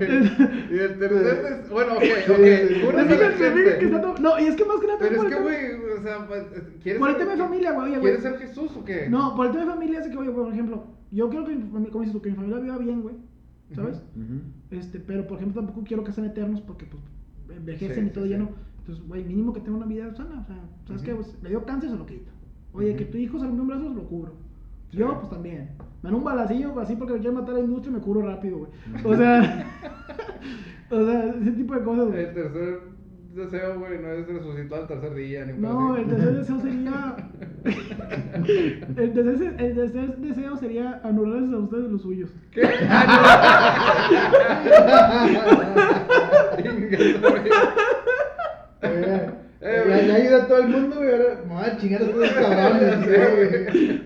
C: Y el tercero es. Bueno, ok, ok.
B: Sí, sí, sí.
C: cura
A: es
C: a la
A: que- que- que
C: gente.
A: está todo- No, y es que más que nada...
C: Pero
A: por
C: es
A: el
C: que,
A: tema-
C: güey, o sea, pues, ¿quieres
A: Por el
C: ser-
A: tema de familia, güey, oye, güey.
C: ¿Quieres ser Jesús o qué?
A: No, por el tema de familia es que, oye, por ejemplo, yo quiero que mi familia, como dices tú, que mi familia viva bien, güey. ¿Sabes?
B: Ujú.
A: Este, pero por ejemplo tampoco quiero que sean eternos porque pues envejecen y
C: Sí,
A: todo
C: sí,
A: ya
C: sí.
A: no. Entonces, güey, mínimo que tenga una vida sana. O sea, ¿sabes
C: Ujú.
A: qué? Pues, le dio cáncer, se lo quito. Oye, que
C: Ujú.
A: tu hijo se rompió un brazo, se lo cubro.
C: Sí.
A: Yo, pues también. Me dan un balacillo pues, así porque me quieren matar a la industria y me cubro rápido, güey. O sea, [LAUGHS] o sea, ese tipo de cosas, güey.
C: El tercer deseo, güey, no es resucitar al tercer día, ni un pedo
A: No,
C: así.
A: el tercer deseo sería. el,
C: [LAUGHS]
A: tercer, el tercer deseo sería anularles a ustedes los suyos.
C: ¿Qué? Ah, no. Chinga, güey.
B: Oye,
C: Eh,
B: ya, ya ayudaste decía todo el mundo, güey, ahora me voy a chingar a estos cabrones, güey.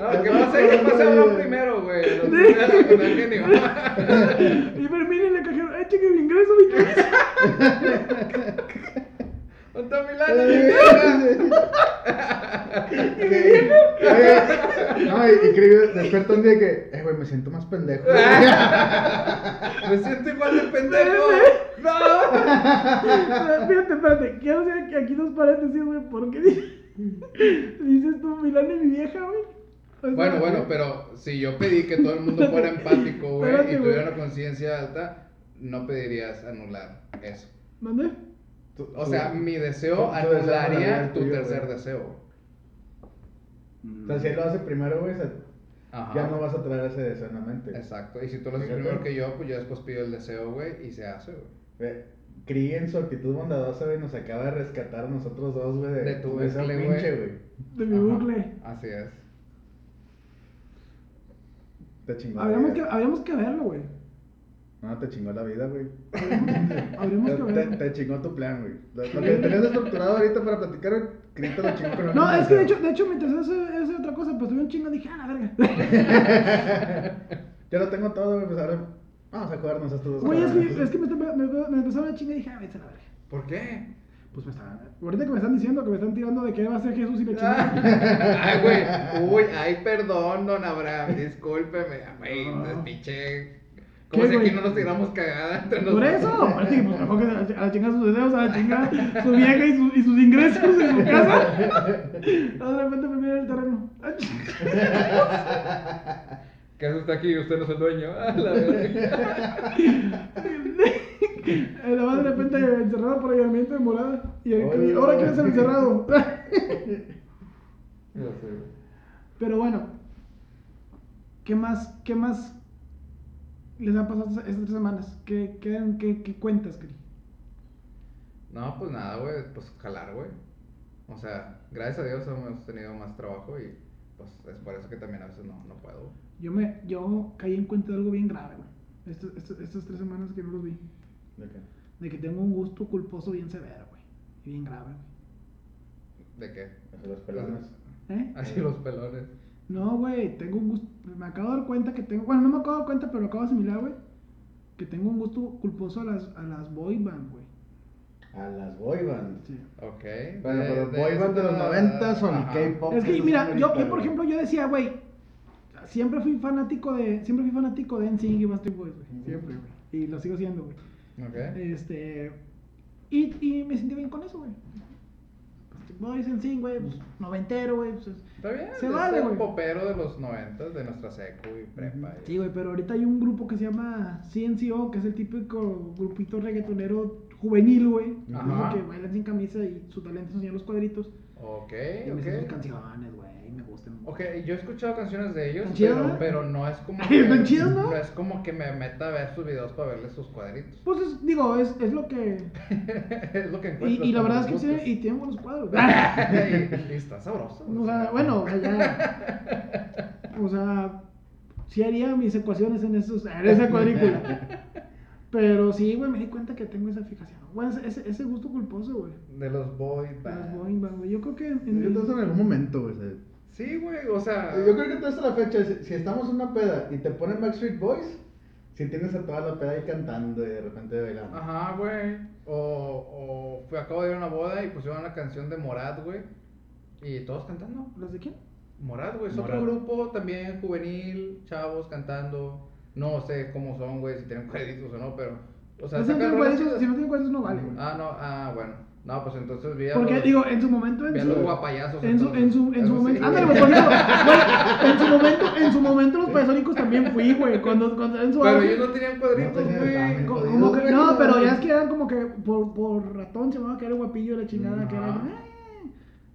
C: No, ¿Qué pasa? ¿Qué pasa uno primero, güey? Los primeros con el genio. [LAUGHS]
A: Y pero miren la cajera, ¡ay, cheque mi ingreso, mi ingreso!
C: ¿Dónde está mi lana, mi vieja?
B: Eh, [LAUGHS] No, y y creo que despierto un día que, eh, güey, me siento más pendejo.
C: [LAUGHS] Me siento igual de pendejo. ¡No!
A: Ah, Espérate, espérate, quiero hacer aquí- aquí dos paréntesis, güey, porque dices tú, Milán y mi vieja, güey. O sea,
C: Bueno, bueno, pero si yo pedí que todo el mundo fuera empático, güey,
A: Espérate,
C: y
A: güey.
C: tuviera una conciencia alta, no pedirías anular eso.
A: ¿Mande?
B: Tú-
C: O sea,
B: tú-
C: mi
B: Tu-
C: deseo
B: tu deseo anularía
C: anularía
B: el
C: tu
B: tuyo,
C: tercer
B: güey.
C: deseo.
B: O sea, si él lo hace primero, güey, o sea,
C: Ajá.
B: ya no vas a traer ese deseo en la mente. güey.
C: Exacto. Y si tú lo haces
B: Fíjate.
C: primero que yo, pues yo después pido el deseo, güey, y se hace, güey.
B: Ve, Cree Eh, en su actitud bondadosa, güey, nos acaba de rescatar a nosotros dos, güey, de,
C: De tu
B: de ese
C: bucle, güey.
B: pinche, güey.
A: De mi
C: Ajá.
A: bucle.
C: Así es.
B: Te chingó la
A: Habríamos que,
B: vida.
A: habríamos que verlo, güey.
B: No, te chingó la vida, güey.
A: Habríamos
B: Te,
A: que
B: te-
A: verlo.
B: te chingó tu plan, güey. Lo, lo que tenías estructurado ahorita para platicar, güey, Cree te lo chingó con
A: No,
B: una
A: es que de
B: mano.
A: hecho, de hecho, mi tercer deseo es otra cosa, pero tuve un chingo, dije, ah, la verga.
C: [LAUGHS]
B: Yo lo tengo todo, güey, pues ahora vamos a jugarnos a estos dos.
A: Güey, es
B: cabrones.
A: que, es que me, me, me, me empezaron a chingar y dije, ah, vete a la verga.
C: ¿Por qué?
A: Pues me están, ahorita que me están diciendo que me están tirando de que va a ser Jesús y la
C: Ah.
A: chingada.
C: [LAUGHS] Ay, güey. Uy, ay, perdón, don Abraham. Discúlpeme. Güey,
A: No.
C: es pinche. Como
A: ¿Qué,
C: si aquí
A: güey?
C: no nos tiramos cagada entre
A: Por
C: nosotros.
A: eso, aparte que pues mejor que a la chingada sus deseos, a la chingada su vieja y, su- y sus ingresos en su casa. No, de repente me mira el terreno. [LAUGHS] Ay,
C: Que eso está aquí, usted no es el dueño. [LAUGHS] Ah, la verga.
A: eh, La madre de repente encerrado por ayudamiento de morada. Y el-
B: Oye,
A: ahora
B: no.
A: quiere ser encerrado.
C: Ya sé, güey.
A: Pero bueno, ¿qué más, qué más les ha pasado estas estas tres semanas? ¿Qué, qué, qué, qué cuentas, Cri?
C: No, pues nada, güey, pues jalar, güey. O sea, gracias a Dios hemos tenido más trabajo y pues es por eso que también a veces no, no puedo. güey.
A: Yo, me, yo caí en cuenta de algo bien grave, güey. Estas- estas- estas tres semanas que no los vi.
B: ¿De qué?
A: De que tengo un gusto culposo bien severo, güey. Y bien grave,
C: ¿De qué? [LAUGHS]
B: De los pelones.
A: güey. ¿Eh?
C: Así los pelones.
A: No, güey, tengo un gusto. Me acabo de dar cuenta que tengo. Bueno, no me acabo de dar cuenta, pero lo acabo de asimilar, güey. Que tengo un gusto culposo a las, a las boy band, güey.
B: A las boyband.
A: Sí.
C: Ok.
B: Bueno,
C: de-
B: pero boyband de los
C: esta-
B: noventas o el
C: Ajá.
B: K-pop.
A: Es que,
B: esos
A: mira,
B: son
A: yo,
B: ahorita,
A: yo, por
B: güey.
A: ejemplo, yo decía, güey, siempre fui fanático de, siempre fui fanático de NSYNC y Backstreet Boys, güey,
B: Ujú.
A: siempre, güey, y lo sigo siendo, güey,
C: Ok.
A: este, y, y me sentí bien con eso, güey, Backstreet Boys, NSYNC, güey, pues,
C: Mm.
A: noventero, güey, pues, es-
C: Está bien.
A: Se
C: es
A: vale,
C: el
A: güey.
C: popero de los noventas, de nuestra secu y prepa. y-
A: sí, güey, pero ahorita hay un grupo que se llama CNCO, que es el típico grupito reggaetonero juvenil, güey,
C: Ajá.
A: que bailan sin camisa y su talento es enseñar los cuadritos,
C: Ok,
A: y me sé sus
C: ok.
A: canciones, güey, y me gustan.
C: Ok, yo he escuchado canciones de ellos,
A: ¿Están chidas,
C: pero,
A: no?
C: pero no es como
A: [LAUGHS] ¿Están chidas, no?
C: es como que me meta a ver sus videos para verles sus cuadritos. [LAUGHS]
A: Pues, es- digo, es, es lo que...
C: es lo que
A: Y,
C: encuentro.
A: y la verdad es que tienen, y tienen buenos cuadros.
C: [LAUGHS] y, y está sabroso.
A: O sea, bueno, o sea, ya. O sea, sí haría mis ecuaciones en, esos, en esa cuadrícula. Pero sí, güey, me di cuenta que tengo esa fijación. Güey, ese- ese, ese gusto culposo, güey.
C: De los boy
A: Las
C: bands.
A: boing bang, güey. Yo creo que. en-
B: Yo creo que en algún momento, güey. o sea,
C: Sí, güey, o sea.
B: Yo creo que tú hasta la fecha, si- si estamos en una peda y te ponen Backstreet Boys, si tienes a toda la peda ahí cantando y de repente bailando.
C: Ajá, güey. O, o fui, acabo de ir a una boda y pusieron una canción de Morad, güey. Y todos cantando.
A: ¿Las de quién?
C: Morad, güey, es
B: Morat.
C: otro grupo también juvenil, chavos cantando. No sé cómo son, güey, si tienen [LAUGHS] créditos o no, pero. O sea,
A: si, no
C: sacan
A: tienen
C: rolas
A: cuadritos,
C: chidas.
A: si no tienen cuadritos, no vale, güey.
C: Ah, no, ah, bueno. No, pues entonces vi a
A: Porque,
C: los-
A: digo, en su momento. En
C: vi a
A: su,
C: los guapayazos.
A: en su, en su, en su
C: entonces,
A: momento.
C: Ah, algo así.
A: Ándale,
C: [LAUGHS]
A: güey, por eso. Bueno, en su momento, en su momento, los payasónicos también fui, güey. Cuando, cuando en su
C: Pero
A: auge.
C: ellos no tenían cuadritos,
B: No tenían
C: güey.
B: examen.
A: Co-
B: Jodidos,
A: como que-
B: güey,
A: no,
B: no.
A: pero ya es que eran como que por, por ratón se llamaba que era guapillo la chingada que era.
C: Ajá.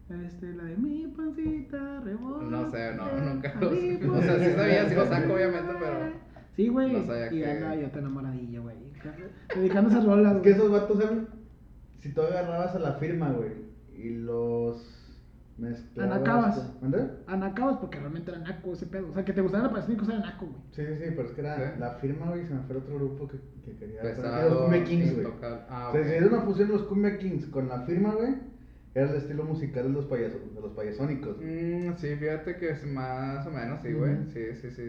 A: "Eh, Este, la de mi pancita, rebola.
C: No sé, no,
A: eh,
C: nunca
A: a
C: lo
A: mi
C: sé.
A: pancita".
C: O sea, sí sabía, sí lo saco, obviamente, pero-
A: eh, Sí, güey.
C: No sabía
A: y
C: que-
A: andaba yo tan enamoradillo, güey. Dedicando esas rolas.
B: Es que
A: güey.
B: esos vatos eran. Si tú agarrabas a la firma, güey, y los mezclabas.
A: Anacabas.
B: con- ¿Mande?
A: Anacabos, porque realmente era naco ese pedo. O sea, que te gustaban las cosas era naco, güey.
B: Sí, sí, sí, pero es que era
C: Sí.
B: la firma, güey, se me fue otro grupo que, que quería. pero que
C: Pesado,
B: Los Cumbia Kings, güey.
C: intocable. Ah,
B: O sea,
C: ok.
B: si era una fusión de los Cumbia Kings con la firma, güey, Era el estilo musical de los, payaso, de los payasónicos.
C: Mm, sí, fíjate que es más o menos, sí, güey.
A: Ujú.
C: Sí, sí, sí.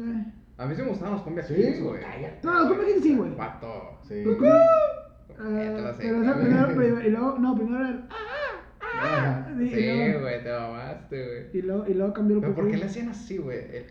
A: Eh.
C: A mí sí me gustaban los cumbia
B: Sí,
C: kings, güey.
B: cállate.
A: No, los Cumbia Kings sí, güey.
C: Pato.
B: Sí.
A: Eh,
C: Cállate,
A: pero esa
C: cállate.
A: primero, primero- y luego, no, primero era el,
B: Ajá.
A: y,
C: Sí,
A: luego,
C: güey, te mamaste, güey.
A: y luego, y luego cambió el
C: Pero ¿por
A: popurrí.
C: qué le hacían así, güey? El-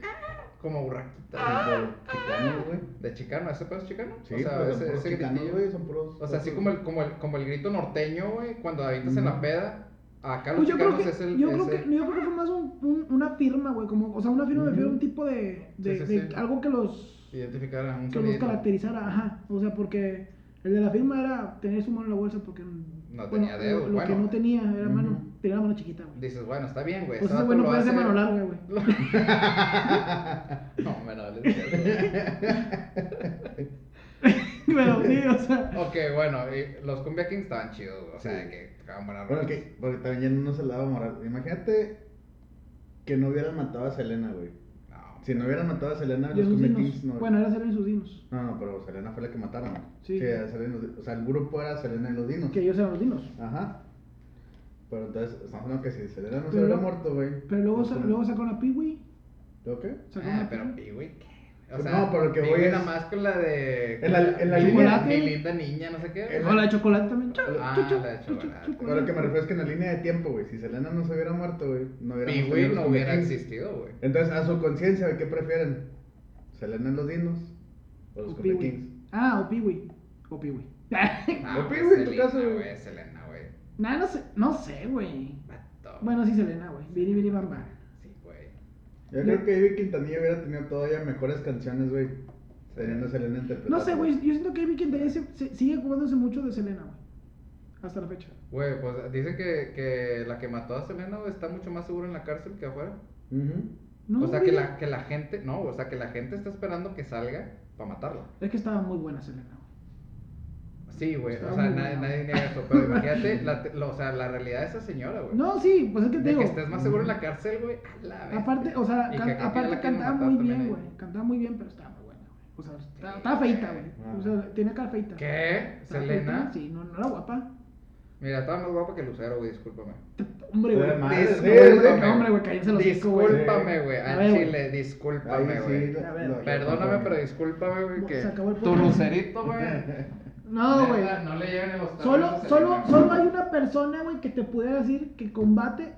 C: Como burraquita.
A: Ah.
B: Los chicanos, güey.
C: De chicano, ¿ese pedo es chicano?
B: Sí,
C: o sea,
B: pues,
C: ese,
B: son puros
C: ese
B: chicanos,
C: gritillo.
B: güey, son puros.
C: O sea, así como el, como el, como el grito norteño, güey, cuando avientas en la
B: Ujú.
C: peda. Acá los
A: Pues yo creo
C: chicanos
A: que,
C: es el.
A: yo,
C: es
A: creo
C: el-
A: que yo creo que fue más un, un- una firma, güey, como, o sea, una firma me refiero a un
B: Ujú.
A: tipo de, de,
C: Sí, sí,
A: de
C: sí.
A: algo que los,
C: Identificar a un
A: que los
C: sonidito.
A: caracterizara, ajá, o sea, porque el de la firma era tener su mano en la bolsa porque
C: No tenía dedos,
A: lo, lo que
C: bueno.
A: no tenía era
B: Ujú.
A: mano, tenía la mano chiquita, güey.
C: Dices, bueno, está bien, güey.
A: O sea,
C: ese
A: ese güey no
C: vato
A: puede
C: lo
A: hacer
C: hace-
A: mano larga, güey.
C: [LAUGHS] no, me no, les digo.
A: Pero sí, o sea,
C: Ok, bueno, y los Cumbia Kings estaban chidos, güey, o sea,
B: Sí.
C: que tocaban buenas
B: Bueno,
C: rolas.
B: que, porque también ya no se la daba moral. Imagínate que no hubieran matado a Selena, güey.
C: No,
B: Si no hubieran matado a Selena,
A: y
B: los
A: sus
B: Cumbia
A: dinos.
B: Kings no.
A: Bueno, era Selena y sus dinos,
B: No, no, pero Selena fue la que mataron.
A: Sí.
B: Que a Selena y los- o sea, el grupo era Selena y los Dinos.
A: que ellos eran los dinos.
B: Ajá. Pero entonces, estamos hablando que si Selena no se
A: Pero
B: hubiera
A: luego-
B: muerto, güey.
A: Pero luego,
B: los
A: sa-
B: Cumbia-
A: luego sacaron a Pee-Wee.
B: ¿Luego qué?
A: sacaron
C: Ah,
A: a
C: pero
A: Pee-Wee.
C: Piwi, ¿qué?
B: No, pero lo que
C: Pee Wee
B: voy es-
C: nada más con la de.
B: En la- en la
C: mi-
A: línea-
C: Mi linda niña, no sé qué.
B: En
A: No, la de chocolate también. Chu,
C: Ah,
A: chu, chu,
C: la de
A: chu, chu,
C: chocolate.
A: chocolate.
B: Pero lo que me refiero es que en la línea de tiempo, güey, si Selena no se hubiera muerto, güey, no hubiera
C: Piwi no hubiera existido, güey.
B: Entonces, a su conciencia, güey, ¿qué prefieren? ¿Selena en los dinos? ¿O los
A: O
B: Cumbia
A: Pee-wee.
B: Kings?
A: Ah, o Piwi. O Piwi.
C: Ah,
B: O
C: pues,
B: Pee Wee en tu
C: Selena,
B: caso, güey.
C: güey. Selena, güey.
A: [LAUGHS] Nah, no sé, no sé, güey.
C: Vato.
A: Bueno, sí, Selena, güey. Biri, biri, bam, bam.
C: Sí, güey.
B: Yo creo que Ivy Quintanilla hubiera tenido todavía mejores canciones, güey. Teniendo a Selena interpretada.
A: No sé, güey. Yo siento que Amy Quintanilla se- se- sigue jugándose mucho de Selena, güey. Hasta la fecha.
C: Güey, pues dicen que, que la que mató a Selena, güey, está mucho más segura en la cárcel que afuera.
B: Ujú.
A: No,
C: o sea,
A: güey.
C: que la, que la gente. No, o sea, que la gente está esperando que salga para matarla.
A: Es que estaba muy buena Selena, güey.
C: Sí, güey,
A: Está
C: o sea,
A: muy
C: nadie,
A: bueno.
C: nadie niega eso,
A: [LAUGHS]
C: pero imagínate la, te- lo- o sea, la realidad de esa señora, güey.
A: No, sí, pues es que te
C: de
A: digo. mm,
C: que estés más seguro en la cárcel, güey, a la vez.
A: Aparte, o sea,
C: Y que
A: can-
C: creo que ya
A: aparte
C: la quieren
A: cantaba
C: matar
A: muy
C: también
A: bien,
C: ahí.
A: güey. Cantaba muy bien, pero estaba muy buena, güey. O sea, estaba,
C: Sí, Ah.
A: estaba feita, güey.
B: güey.
A: O sea, tenía cara feita.
C: ¿eh? ¿Qué?
A: Estaba
C: ¿Selena?
A: feita, Sí, no, no era guapa.
C: Mira, estaba más guapa que Lucero, güey, discúlpame.
A: Hombre, güey.
B: Era más- Madre,
C: Discúlpame.
A: sí, hombre, güey, cállense los hocico, güey.
C: Discúlpame, güey,
A: A
C: al
A: ver, güey.
C: chile, discúlpame,
B: Ahí
C: güey.
B: sí,
A: A ver.
B: lo- lo-
C: Perdóname,
B: lo- [LAUGHS]
C: pero discúlpame, güey,
A: Bueno,
C: que
A: se acabó el
C: tu
A: programa.
C: lucerito, güey.
A: [LAUGHS] No, güey.
C: neta, No le lleven el hostal.
A: Solo, solo, solo hay una persona, güey, que te pudiera decir que combate.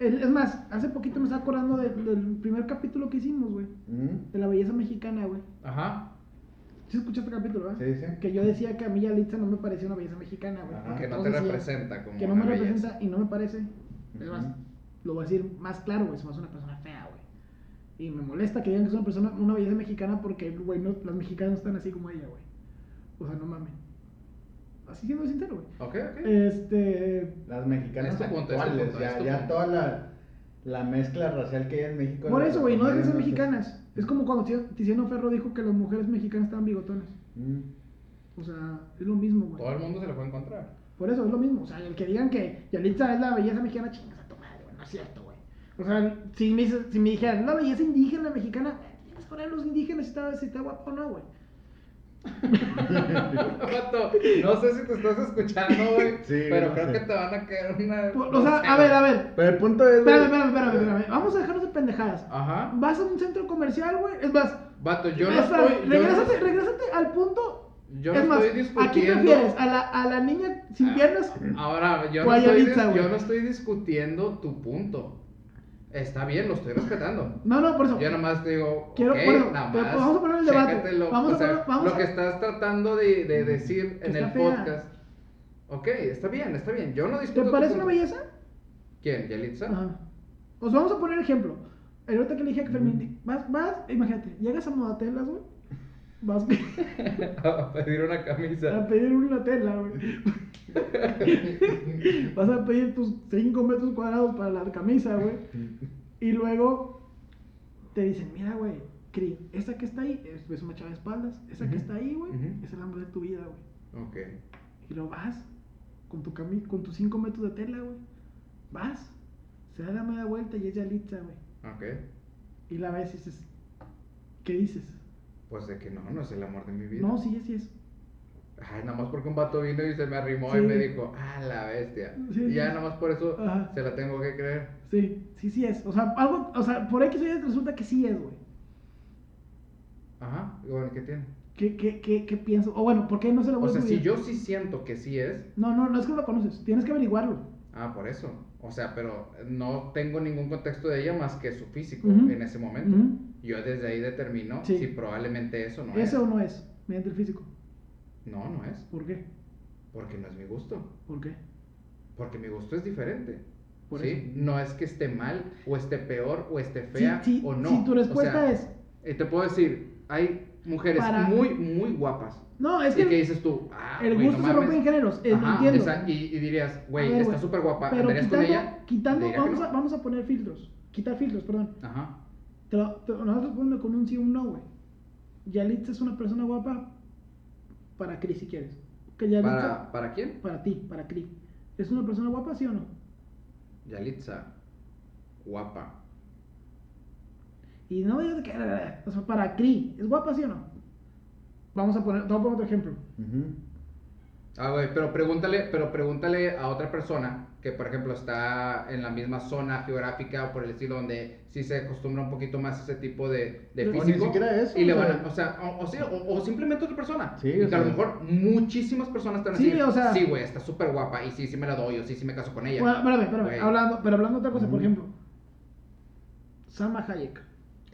A: Es, es más, hace poquito me estaba acordando de- del primer capítulo que hicimos, güey.
B: Ujú.
A: De la belleza mexicana, güey.
C: Ajá,
A: ¿Sí escuchaste el capítulo, verdad?
B: Sí, sí.
A: Que yo decía que a mí Yalitza no me parecía una belleza mexicana, güey.
B: Ajá.
A: porque
C: que no
A: todos
C: te
A: decían
C: representa como
A: Ah, Que no
C: una
A: me
C: belleza.
A: representa y no me parece. Es más,
B: Ujú.
A: lo voy a decir más claro, güey. Somos una persona fea, güey. Y me molesta que digan que es una persona, una belleza mexicana porque, güey, no, las mexicanas no están así como ella, güey. O sea, no mamen. Así siendo sincero, güey.
C: Ok,
A: Eh,
C: ok.
A: Este.
B: Las mexicanas
C: Es tu punto, es tu
B: actuales,
C: punto,
B: ya,
C: es tu
B: ya
C: punto.
B: toda la, la mezcla racial que hay en México.
A: Por
B: la-
A: eso, güey, no dejen ser
B: entonces-
A: mexicanas. Es como cuando Ti- Tiziano Ferro dijo que las mujeres mexicanas estaban bigotonas.
B: Mm.
A: O sea, es lo mismo,
C: Todo
A: güey.
C: el mundo se lo puede encontrar.
A: Por eso es lo mismo. O sea, el que digan que Yalitza es la belleza mexicana, chingas a tu madre, güey. No es cierto, güey. O sea, si me, dices- si me dijeran, la belleza indígena mexicana, tienes que poner a los indígenas si está, si está guapo o no, güey.
C: [LAUGHS] Vato, no sé si te estás escuchando, güey.
B: Sí,
C: pero
B: no
C: creo
B: sé.
C: que te van a caer una.
A: O o sea, a ver, a ver.
B: Pero el punto es. güey-
A: Espérame, espérame, espérame, espérame. Vamos a dejarnos de pendejadas.
C: Ajá.
A: Vas a un centro comercial, güey. Es más,
C: Vato, yo no
A: es más,
C: estoy. Yo no,
A: regrésate, regrésate al punto
C: yo no
A: es más,
C: estoy discutiendo.
A: ¿a quién prefieres? ¿A la, a la niña sin
C: Ah.
A: piernas?
C: Ahora, yo
A: O
C: no,
A: a
C: estoy,
A: Yalitza,
C: dis-
A: güey.
C: yo no estoy discutiendo tu punto. Está bien, lo estoy respetando.
A: No, no, por eso.
C: Yo nomás te digo,
A: Quiero-
C: ok,
A: bueno,
C: nada
A: pero
C: más,
A: vamos a poner el debate.
C: chécatelo.
A: Vamos
C: O
A: a
C: sea,
A: poner- vamos
C: lo
A: a- Mm,
C: que estás tratando de, de decir
A: Que
C: en el
A: está fea.
C: podcast. Ok, está bien, está bien. Yo no discuto.
A: ¿Te
C: tu
A: parece
C: punto.
A: una belleza?
C: ¿Quién? ¿Yalitza? [LAUGHS]
A: Ajá. Os vamos a poner ejemplo. El ahorita que le dije a Fermín, vas, vas, imagínate, llegas a Modatelas, güey.
C: [LAUGHS]
A: Vas
C: a Ah, pedir una camisa.
A: [LAUGHS] a pedir una tela,
C: [LAUGHS]
A: güey. Vas a pedir tus 5 metros cuadrados para la camisa, güey. Y luego te dicen, mira, güey, Cri, esa que está ahí es, es una chava de espaldas. Esa que
C: Ujú.
A: está ahí, güey,
C: Ujú.
A: es el hambre de tu vida, güey.
C: Ok.
A: Y lo vas con tu cami con tus 5 metros de tela, güey. Vas. Se da la media vuelta y es Yalitza, güey.
C: Ok.
A: Y la ves y dices, ¿qué dices?
C: Pues de que no, no es el amor de mi vida.
A: No, sí es, sí es.
C: Ay, nada más porque un vato vino y se me arrimó y
A: Sí.
C: me dijo, ah, la bestia.
A: Sí.
C: Y ya nada más por eso
A: Ajá.
C: se la tengo que creer.
A: Sí, sí, sí es. O sea, algo, o sea, por X o Y resulta que sí es, güey.
C: Ajá, y bueno, ¿qué tiene?
A: ¿Qué, qué, qué, qué pienso? O bueno, ¿por qué no se lo
C: O
A: voy a
C: sea, si
A: estudiar?
C: yo sí siento que sí es,
A: No, no, no es que no lo conoces. Tienes que averiguarlo.
C: ah, por eso. O sea, pero no tengo ningún contexto de ella más que su físico
A: Ujú.
C: en ese momento.
A: Ujú.
C: Yo desde ahí determino
A: Sí.
C: si probablemente eso no
A: ¿Ese
C: es.
A: o no es? Mediante el físico.
C: No, no es.
A: ¿Por qué?
C: Porque no es mi gusto.
A: ¿Por qué?
C: Porque mi gusto es diferente.
A: Por
C: ¿sí?
A: eso.
C: No es que esté mal, o esté peor, o esté
A: Si,
C: fea,
A: si-
C: o no.
A: si tu respuesta
C: O sea,
A: es.
C: eh, te puedo decir, hay mujeres
A: Para-
C: muy, muy guapas.
A: No, es
C: y que
A: que
C: dices tú, ah,
A: el
C: güey,
A: gusto
C: no
A: se rompe
C: mames.
A: en géneros. eh,
C: Ajá,
A: entiendo.
C: esa- y, y dirías,
A: A
C: güey,
A: ver,
C: está
A: güey,
C: súper guapa,
A: Pero
C: ¿andarías
A: quitando,
C: con ella?
A: quitando-
C: Le diría que
A: vamos,
C: no.
A: a, vamos a poner filtros. Quitar filtros, perdón.
C: Ajá.
A: Te lo- te- nosotros ponemos con un sí o un no, güey. Yalitza es una persona guapa para Cris, si quieres. Que Yalitza, para...
C: ¿Para, ¿Para quién?
A: ti, para Cris. ¿Es una persona guapa, sí o no?
C: Yalitza. Guapa.
A: Y no digas que. O sea, para Cris. ¿Es guapa, sí o no? Vamos a poner. Te voy a poner otro ejemplo.
B: Ujú.
C: Ah, güey, pero pregúntale, pero pregúntale a otra persona que, por ejemplo, está en la misma zona geográfica o por el estilo donde sí se acostumbra un poquito más a ese tipo de, de
A: O ni
C: físico.
B: siquiera eso,
C: Y le
B: o
C: van
B: sea.
C: a, o sea, o, o sí, o- o simplemente otra persona.
B: Sí,
C: y
B: o
C: que a lo
B: sea.
C: mejor muchísimas personas están
A: Sí,
C: así.
A: o sea.
C: Sí, güey, está súper guapa y sí, sí me la doy o sí, sí me caso con ella.
A: Bueno, espérame, espérame.
C: Güey.
A: Hablando, pero hablando de otra cosa, por
B: Ujú.
A: ejemplo. Salma Hayek.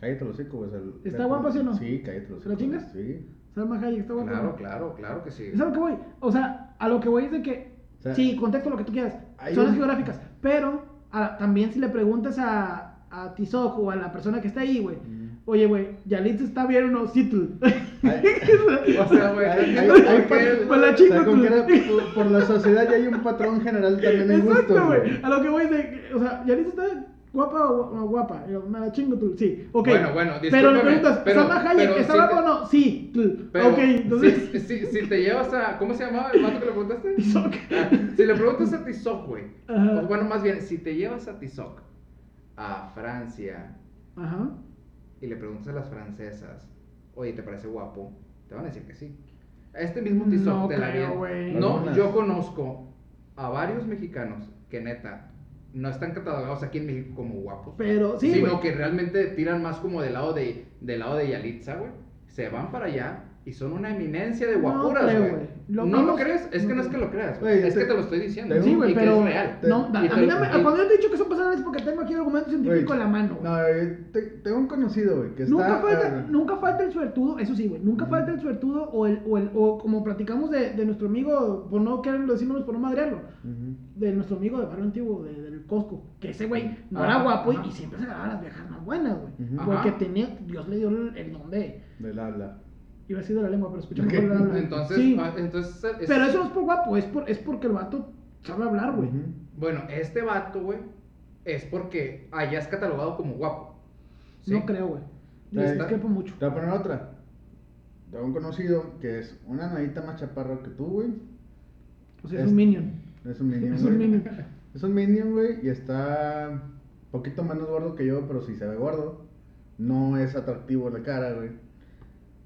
B: Cállate los hocico, güey. o sea, el-
A: ¿Está
B: el-
A: guapa, sí o no?
B: Sí, cállate los
A: ¿Lo chingas?
B: Sí.
A: Salma Hayek está guapa.
C: Claro,
A: ¿no?
C: claro, claro que sí.
A: Es a lo que voy. O sea, a lo que voy es de que.
B: O sea,
A: sí, contexto lo que tú quieras.
B: hay
A: Zonas
B: un-
A: geográficas. Pero a- también si le preguntas a, a Tizoc o a la persona que está ahí, güey.
B: Ujú.
A: Oye, güey, Yalitza está bien o no, sí
B: [LAUGHS]
A: tú.
C: O sea, güey,
B: Hay- hay-
C: no entiendo
B: hay
C: por qué-
B: patrones-
A: Pues la chingo
B: o sea, como
A: tú.
B: que era por, por la sociedad ya hay un patrón general también en
A: Exacto,
B: gusto,
A: güey. A lo que voy es de. que, O sea, Yalitza está guapa o gu- no, guapa. Yo, Me la chingo tú. Sí, ok.
C: Bueno, bueno,
A: Pero le
C: discúlpame,
A: preguntas,
C: pero-
A: ¿Salma Hayek
C: pero
A: está
C: sí
A: guapa
C: te-
A: o no? Sí, tú.
C: Pero
A: ok, entonces.
C: si, si, si te llevas a... ¿Cómo se llamaba el vato que le preguntaste?
A: [LAUGHS] Tizoc.
C: Ah, Si le preguntas a Tizoc, güey.
A: Ajá.
C: o bueno, más bien, si te llevas a Tizoc a Francia
A: Ajá.
C: y le preguntas a las francesas, oye, ¿te parece guapo? Te van a decir que sí. A este mismo Tizoc
A: No
C: de la
A: creo,
C: vida.
A: güey.
C: No,
B: Algunas.
C: yo conozco a varios mexicanos que neta no están catalogados aquí en México como guapos.
A: Pero, sí,
C: sino
A: güey.
C: que realmente tiran más como del lado de, del lado de Yalitza, güey. Se van para allá y son una eminencia de
A: No
C: guapuras,
A: creo,
C: güey.
A: güey.
C: No,
A: Lo
C: lo
A: conozco.
C: crees, es que no es que lo creas, güey.
B: Güey,
C: Es
B: te-
C: que te lo estoy diciendo.
B: te-
A: Sí,
C: y
A: güey, pero.
C: que es real.
A: No, da-
C: Y
A: a
C: te-
A: mí no me-
C: y-
A: Cuando yo te he dicho que son personales porque tengo aquí el argumento científico
B: Güey,
A: en la mano. güey.
B: No, eh, te- tengo un conocido, güey, que
A: Nunca,
B: está...
A: falta,
B: ah,
A: nunca falta el suertudo, eso sí, güey. Nunca
B: Ujú.
A: falta el suertudo o, el, o, el, o como platicamos de, de nuestro amigo, por no quererlo decirnos, por no madrearlo,
B: ujú.
A: de nuestro amigo de barrio antiguo, de- del Costco, que ese güey no
C: Ajá,
A: era guapo y-
C: ajá.
A: y, siempre se agarraba a las viejas más buenas, güey.
B: Ujú.
A: Porque
C: Ajá.
A: tenía, Dios le dio el, el don de.
B: Del habla.
A: Iba a decir de la lengua, pero escuché
B: Ok,
A: mejor el habla.
C: Entonces,
A: Sí,
C: ah, entonces es-
A: pero eso no es por guapo, es, por, es porque el vato sabe hablar, Ah, güey.
B: Ujú.
C: Bueno, este vato, güey, es porque hayas catalogado como guapo. ¿sí?
A: No creo, güey.
B: Ahí
A: Les
B: está.
A: discrepo mucho.
B: Te voy a poner otra. Tengo un conocido que es una nadita más chaparra que tú, güey.
A: O sea, es
B: Es-
A: un minion.
B: Es un minion,
A: [LAUGHS] Es un
B: [LAUGHS] güey.
A: minion.
B: Es un minion, güey, y está un poquito menos gordo que yo, pero sí se ve gordo. No es atractivo la cara, güey.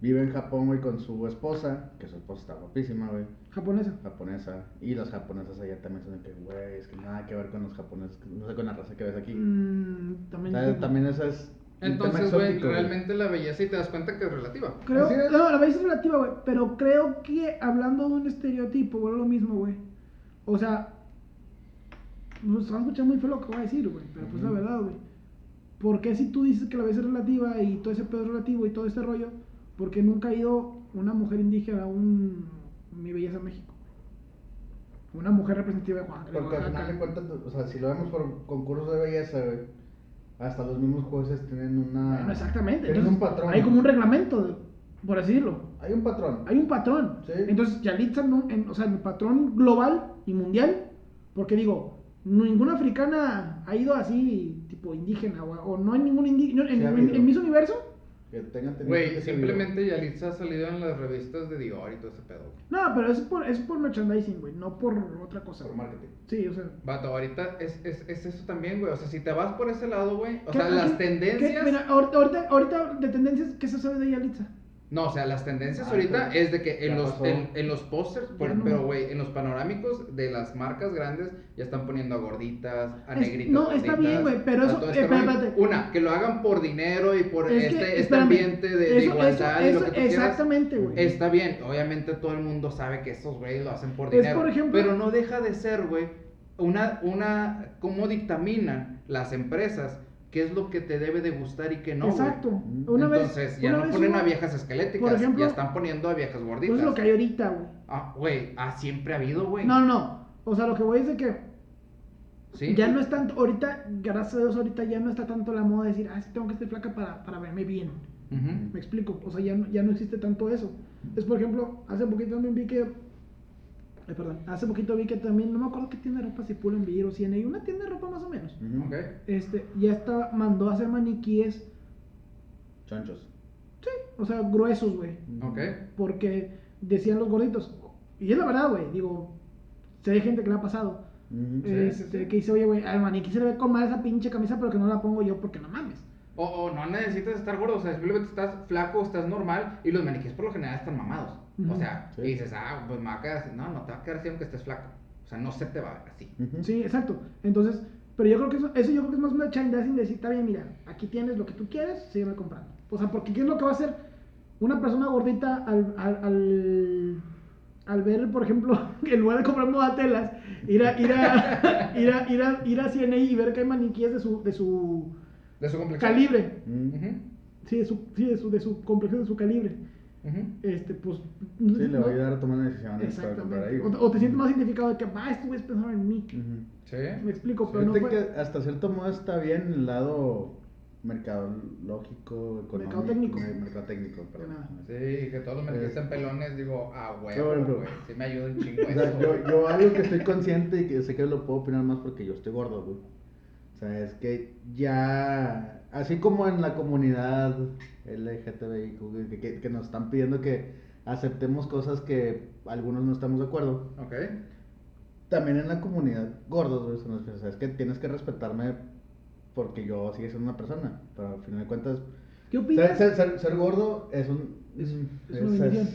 B: Vive en Japón, güey, con su esposa, que su esposa está guapísima, güey,
A: Japonesa.
B: japonesa. Y las japonesas allá también son de que, güey, es que nada que ver con los japoneses, no sé, con la raza que ves aquí.
A: Mm,
B: O
A: también.
B: sea,
A: entiendo.
B: también esa es un
C: Entonces,
B: tema
C: güey,
B: exótico, güey.
C: realmente la belleza y te das cuenta que es relativa.
A: Creo,
B: Así es.
A: no, la belleza es relativa, güey. Pero creo que hablando de un estereotipo, güey, lo mismo, güey. O sea, pues, se va a escuchar muy feo lo que voy a decir, güey. Pero pues la
B: Ujú.
A: verdad, güey. ¿Por qué si tú dices que la belleza es relativa y todo ese pedo es relativo y todo este rollo? Porque nunca ha ido una mujer indígena a un. Mi belleza México. Una mujer representativa de Oaxaca. de
B: Porque al
A: Oaxaca.
B: final de cuentas, o sea, si lo vemos por concursos de belleza, güey, hasta los mismos jueces tienen una.
A: Bueno, exactamente.
B: Tienen
A: Entonces,
B: ah, un patrón.
A: Hay como un reglamento, de- por así decirlo.
B: Hay un patrón.
A: Hay un patrón.
B: Sí.
A: Entonces, Yalitza, no- en- o sea, en el patrón global y mundial, porque digo, ninguna africana ha ido así, tipo indígena, o, o no hay ningún indígena. En,
B: Sí ha
A: en-
B: habido.
A: en Miss Universo,
B: Que tengan tenido
C: Güey,
B: ese
C: simplemente Yalitza ha salido en las revistas de Dior y todo ese pedo. güey.
A: no, pero es por, es por merchandising, güey, no por otra
B: video
A: cosa.
B: Por
A: güey.
B: marketing.
A: Sí, o sea.
C: Vato, ahorita es, es, es eso también, güey. O sea, si te vas por ese lado, güey. O
A: ¿qué-
C: sea, las
A: qué- qué-
C: tendencias.
A: mira, ahorita, ahorita, ahorita de tendencias, ¿qué se sabe de Yalitza?
C: No, o sea, las tendencias
B: Ah,
C: ahorita
B: pero
C: es de que en
B: ya
C: los,
B: pasó.
C: en, en los pósters, por-
A: Ya no.
C: pero güey, en los panorámicos de las marcas grandes ya están poniendo a gorditas, a
A: Es-
C: negritas.
A: no, está
C: gorditas,
A: bien, güey, pero
C: a
A: eso-
C: todo este
A: eh, espérate,
C: rollo.
A: espérate.
C: Una, que lo hagan por dinero y por
A: Es que,
C: este, este
A: espérame,
C: ambiente de, de
A: eso-
C: igualdad
A: eso-
C: y lo
A: eso-
C: que tú quieras. Eh,
A: Exactamente, güey.
B: Es-
C: Está bien, obviamente todo el mundo sabe que estos güeyes lo hacen por
A: Es,
C: dinero.
A: por ejemplo-
C: pero no deja de ser, güey, una, una, cómo dictaminan las empresas qué es lo que te debe de gustar y qué no. güey.
A: Exacto.
B: Mm.
A: Una vez-
C: Entonces, ya
A: una
C: no
A: vez
C: ponen
A: hubo-
C: a viejas esqueléticas,
A: por ejemplo,
C: ya están poniendo a viejas
A: Pues
C: gorditas.
A: es lo que hay ahorita, güey.
C: Ah, güey, ah, siempre ha habido, güey.
A: No, no. O sea, lo que voy es de que
C: ¿Sí?
A: ya no es tanto. Ahorita, gracias a Dios, ahorita ya no está tanto la moda de decir, ah, sí, tengo que estar flaca para, para verme bien.
C: Ujú.
A: Me explico. O sea, ya no, ya no existe tanto eso. Es, por ejemplo, hace poquito también vi que. eh, perdón, hace poquito vi que también, no me acuerdo qué tienda de ropa, si Pull&Bear o CNA, una tienda de ropa más o menos.
B: Ujú.
C: Ok.
A: Este, ya está, mandó a hacer maniquíes,
B: Chonchos.
A: o sea, gruesos, güey.
C: Ok.
A: Porque decían los gorditos. Y es la verdad, güey. Digo, sé de gente que le ha pasado.
B: Ujú.
C: Sí,
A: este,
C: sí, sí.
A: Que dice, oye, güey, al maniquí se le ve con mal esa pinche camisa, pero que no la pongo yo porque no mames.
C: O, o no necesitas estar gordo, o sea, simplemente estás flaco, estás normal y los maniquíes por lo general están mamados.
A: Ujú.
C: O sea,
B: Sí.
C: y dices, ah, pues me va a quedar así. No, no te va a quedar así aunque estés flaco. O sea, no se te va a ver así.
B: Ujú.
A: Sí, exacto. Entonces, pero yo creo que eso, eso yo creo que es más merchandising de decir, está bien, mira, aquí tienes lo que tú quieres, sígueme comprando. O sea, porque ¿qué es lo que va a hacer una persona gordita al, al, al, al ver, por ejemplo, [LAUGHS] que en lugar de comprar moda telas, ir a, ir a, [LAUGHS] ir a, ir a, ir a CNA y ver que hay maniquíes de su, de su
C: De su complexión.
A: calibre?
B: Ujú.
C: Ujú,
A: Sí, de su, sí, de su, de su complexión, de su calibre.
C: ujú.
A: Este, pues.
B: Sí, le va a ayudar a tomar una decisión para comprar ahí.
A: Exactamente. O,
B: güey.
A: te- o te sientes más identificado de que, va, este güey es pensado en mí.
B: Ujú.
A: Me
B: Mm.
C: Sí.
A: explico, pero no.
B: Fíjate
A: fue-
B: que hasta cierto modo está bien el lado mercadológico, económico.
A: Mercadotécnico.
B: eh, mercadotécnico, perdón.
A: nada.
C: Sí, que todos los maniquíes
B: Eh.
C: estén pelones, digo, ah,
B: Pero
C: huevo,
B: bueno, pero-
C: güey. Sí me ayuda un
B: [LAUGHS]
C: chingo
B: O sea,
C: eso.
B: yo, yo algo que estoy consciente y que sé que lo puedo opinar más porque yo estoy gordo, güey. O sea, es que ya, así como en la comunidad LGTBIQ, güey, que, que- que nos están pidiendo que aceptemos cosas que algunos no estamos de acuerdo,
C: Ok.
B: también en la comunidad gordos, güey, se nos dice, o sea, es que tienes que respetarme porque yo sigue siendo una persona, pero al final de cuentas,
A: ¿Qué
B: ser,
A: opinas?
B: ser- ser- ser gordo es un...
A: Es- es
B: es-
A: una
B: es-
A: bendición.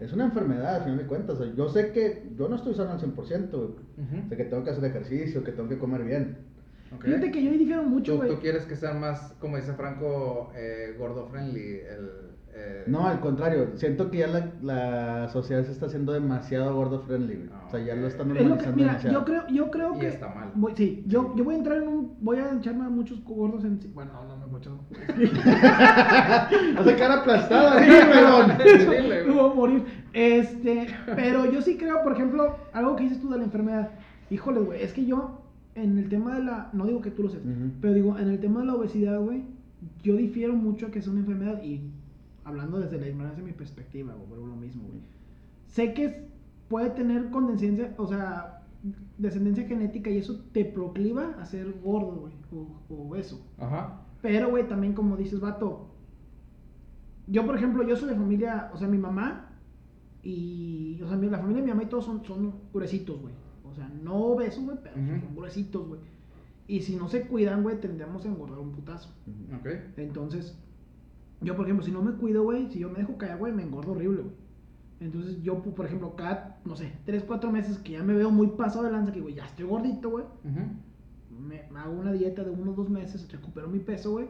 B: es una enfermedad, al final de cuentas. O sea, yo sé que yo no estoy sano al 100%, güey.
C: Ujú.
B: O sea, que tengo que hacer ejercicio, que tengo que comer bien.
C: Ok.
A: Fíjate que yo ahí difiero mucho,
C: ¿Tú,
A: güey.
C: tú quieres que sea más, como dice Franco, eh, gordo friendly? El, eh,
B: No, al contrario, siento que ya la, la sociedad se está haciendo demasiado gordo friendly, güey. O sea, ya lo están
A: Es lo
B: normalizando
A: que, mira,
B: demasiado.
A: yo creo, yo creo
C: Y
A: que.
C: está mal.
A: Voy, sí, yo, yo voy a entrar en un. Voy a echarme a muchos gordos en. Bueno, no, no, no, muchos.
B: Vas a
A: [LAUGHS]
B: quedar aplastada, güey,
C: Sí,
B: perdón.
C: güey.
A: Me voy a morir. Este, pero yo sí creo, por ejemplo, algo que dices tú de la enfermedad. Híjole, güey, es que yo, en el tema de la. No digo que tú lo seas,
B: Ujú.
A: pero digo, en el tema de la obesidad, güey, yo difiero mucho a que es una enfermedad y hablando desde la ignorancia de mi perspectiva, güey, vuelvo a lo mismo, güey. Sé que es- puede tener condescendencia, o sea, descendencia genética y eso te procliva a ser gordo, güey, o, o obeso.
C: Ajá.
A: Pero, güey, también como dices, vato. Yo, por ejemplo, yo soy de familia, o sea, mi mamá y, o sea, mi- la familia de mi mamá y todos son, son gruesitos, güey. O sea, no obesos, güey, pero
C: Ujú.
A: son gruesitos, güey. Y si no se cuidan, güey, tendemos a engordar un putazo. [LAUGHS]
C: Ok.
A: Entonces, yo, por ejemplo, si no me cuido, güey, si yo me dejo caer, güey, me engordo horrible, güey. Entonces, yo, por ejemplo, cada, no sé, 3, 4 meses que ya me veo muy pasado de lanza, que, güey, ya estoy gordito, güey
C: Ujú.
A: me, me hago una dieta de unos dos meses, recupero mi peso, güey,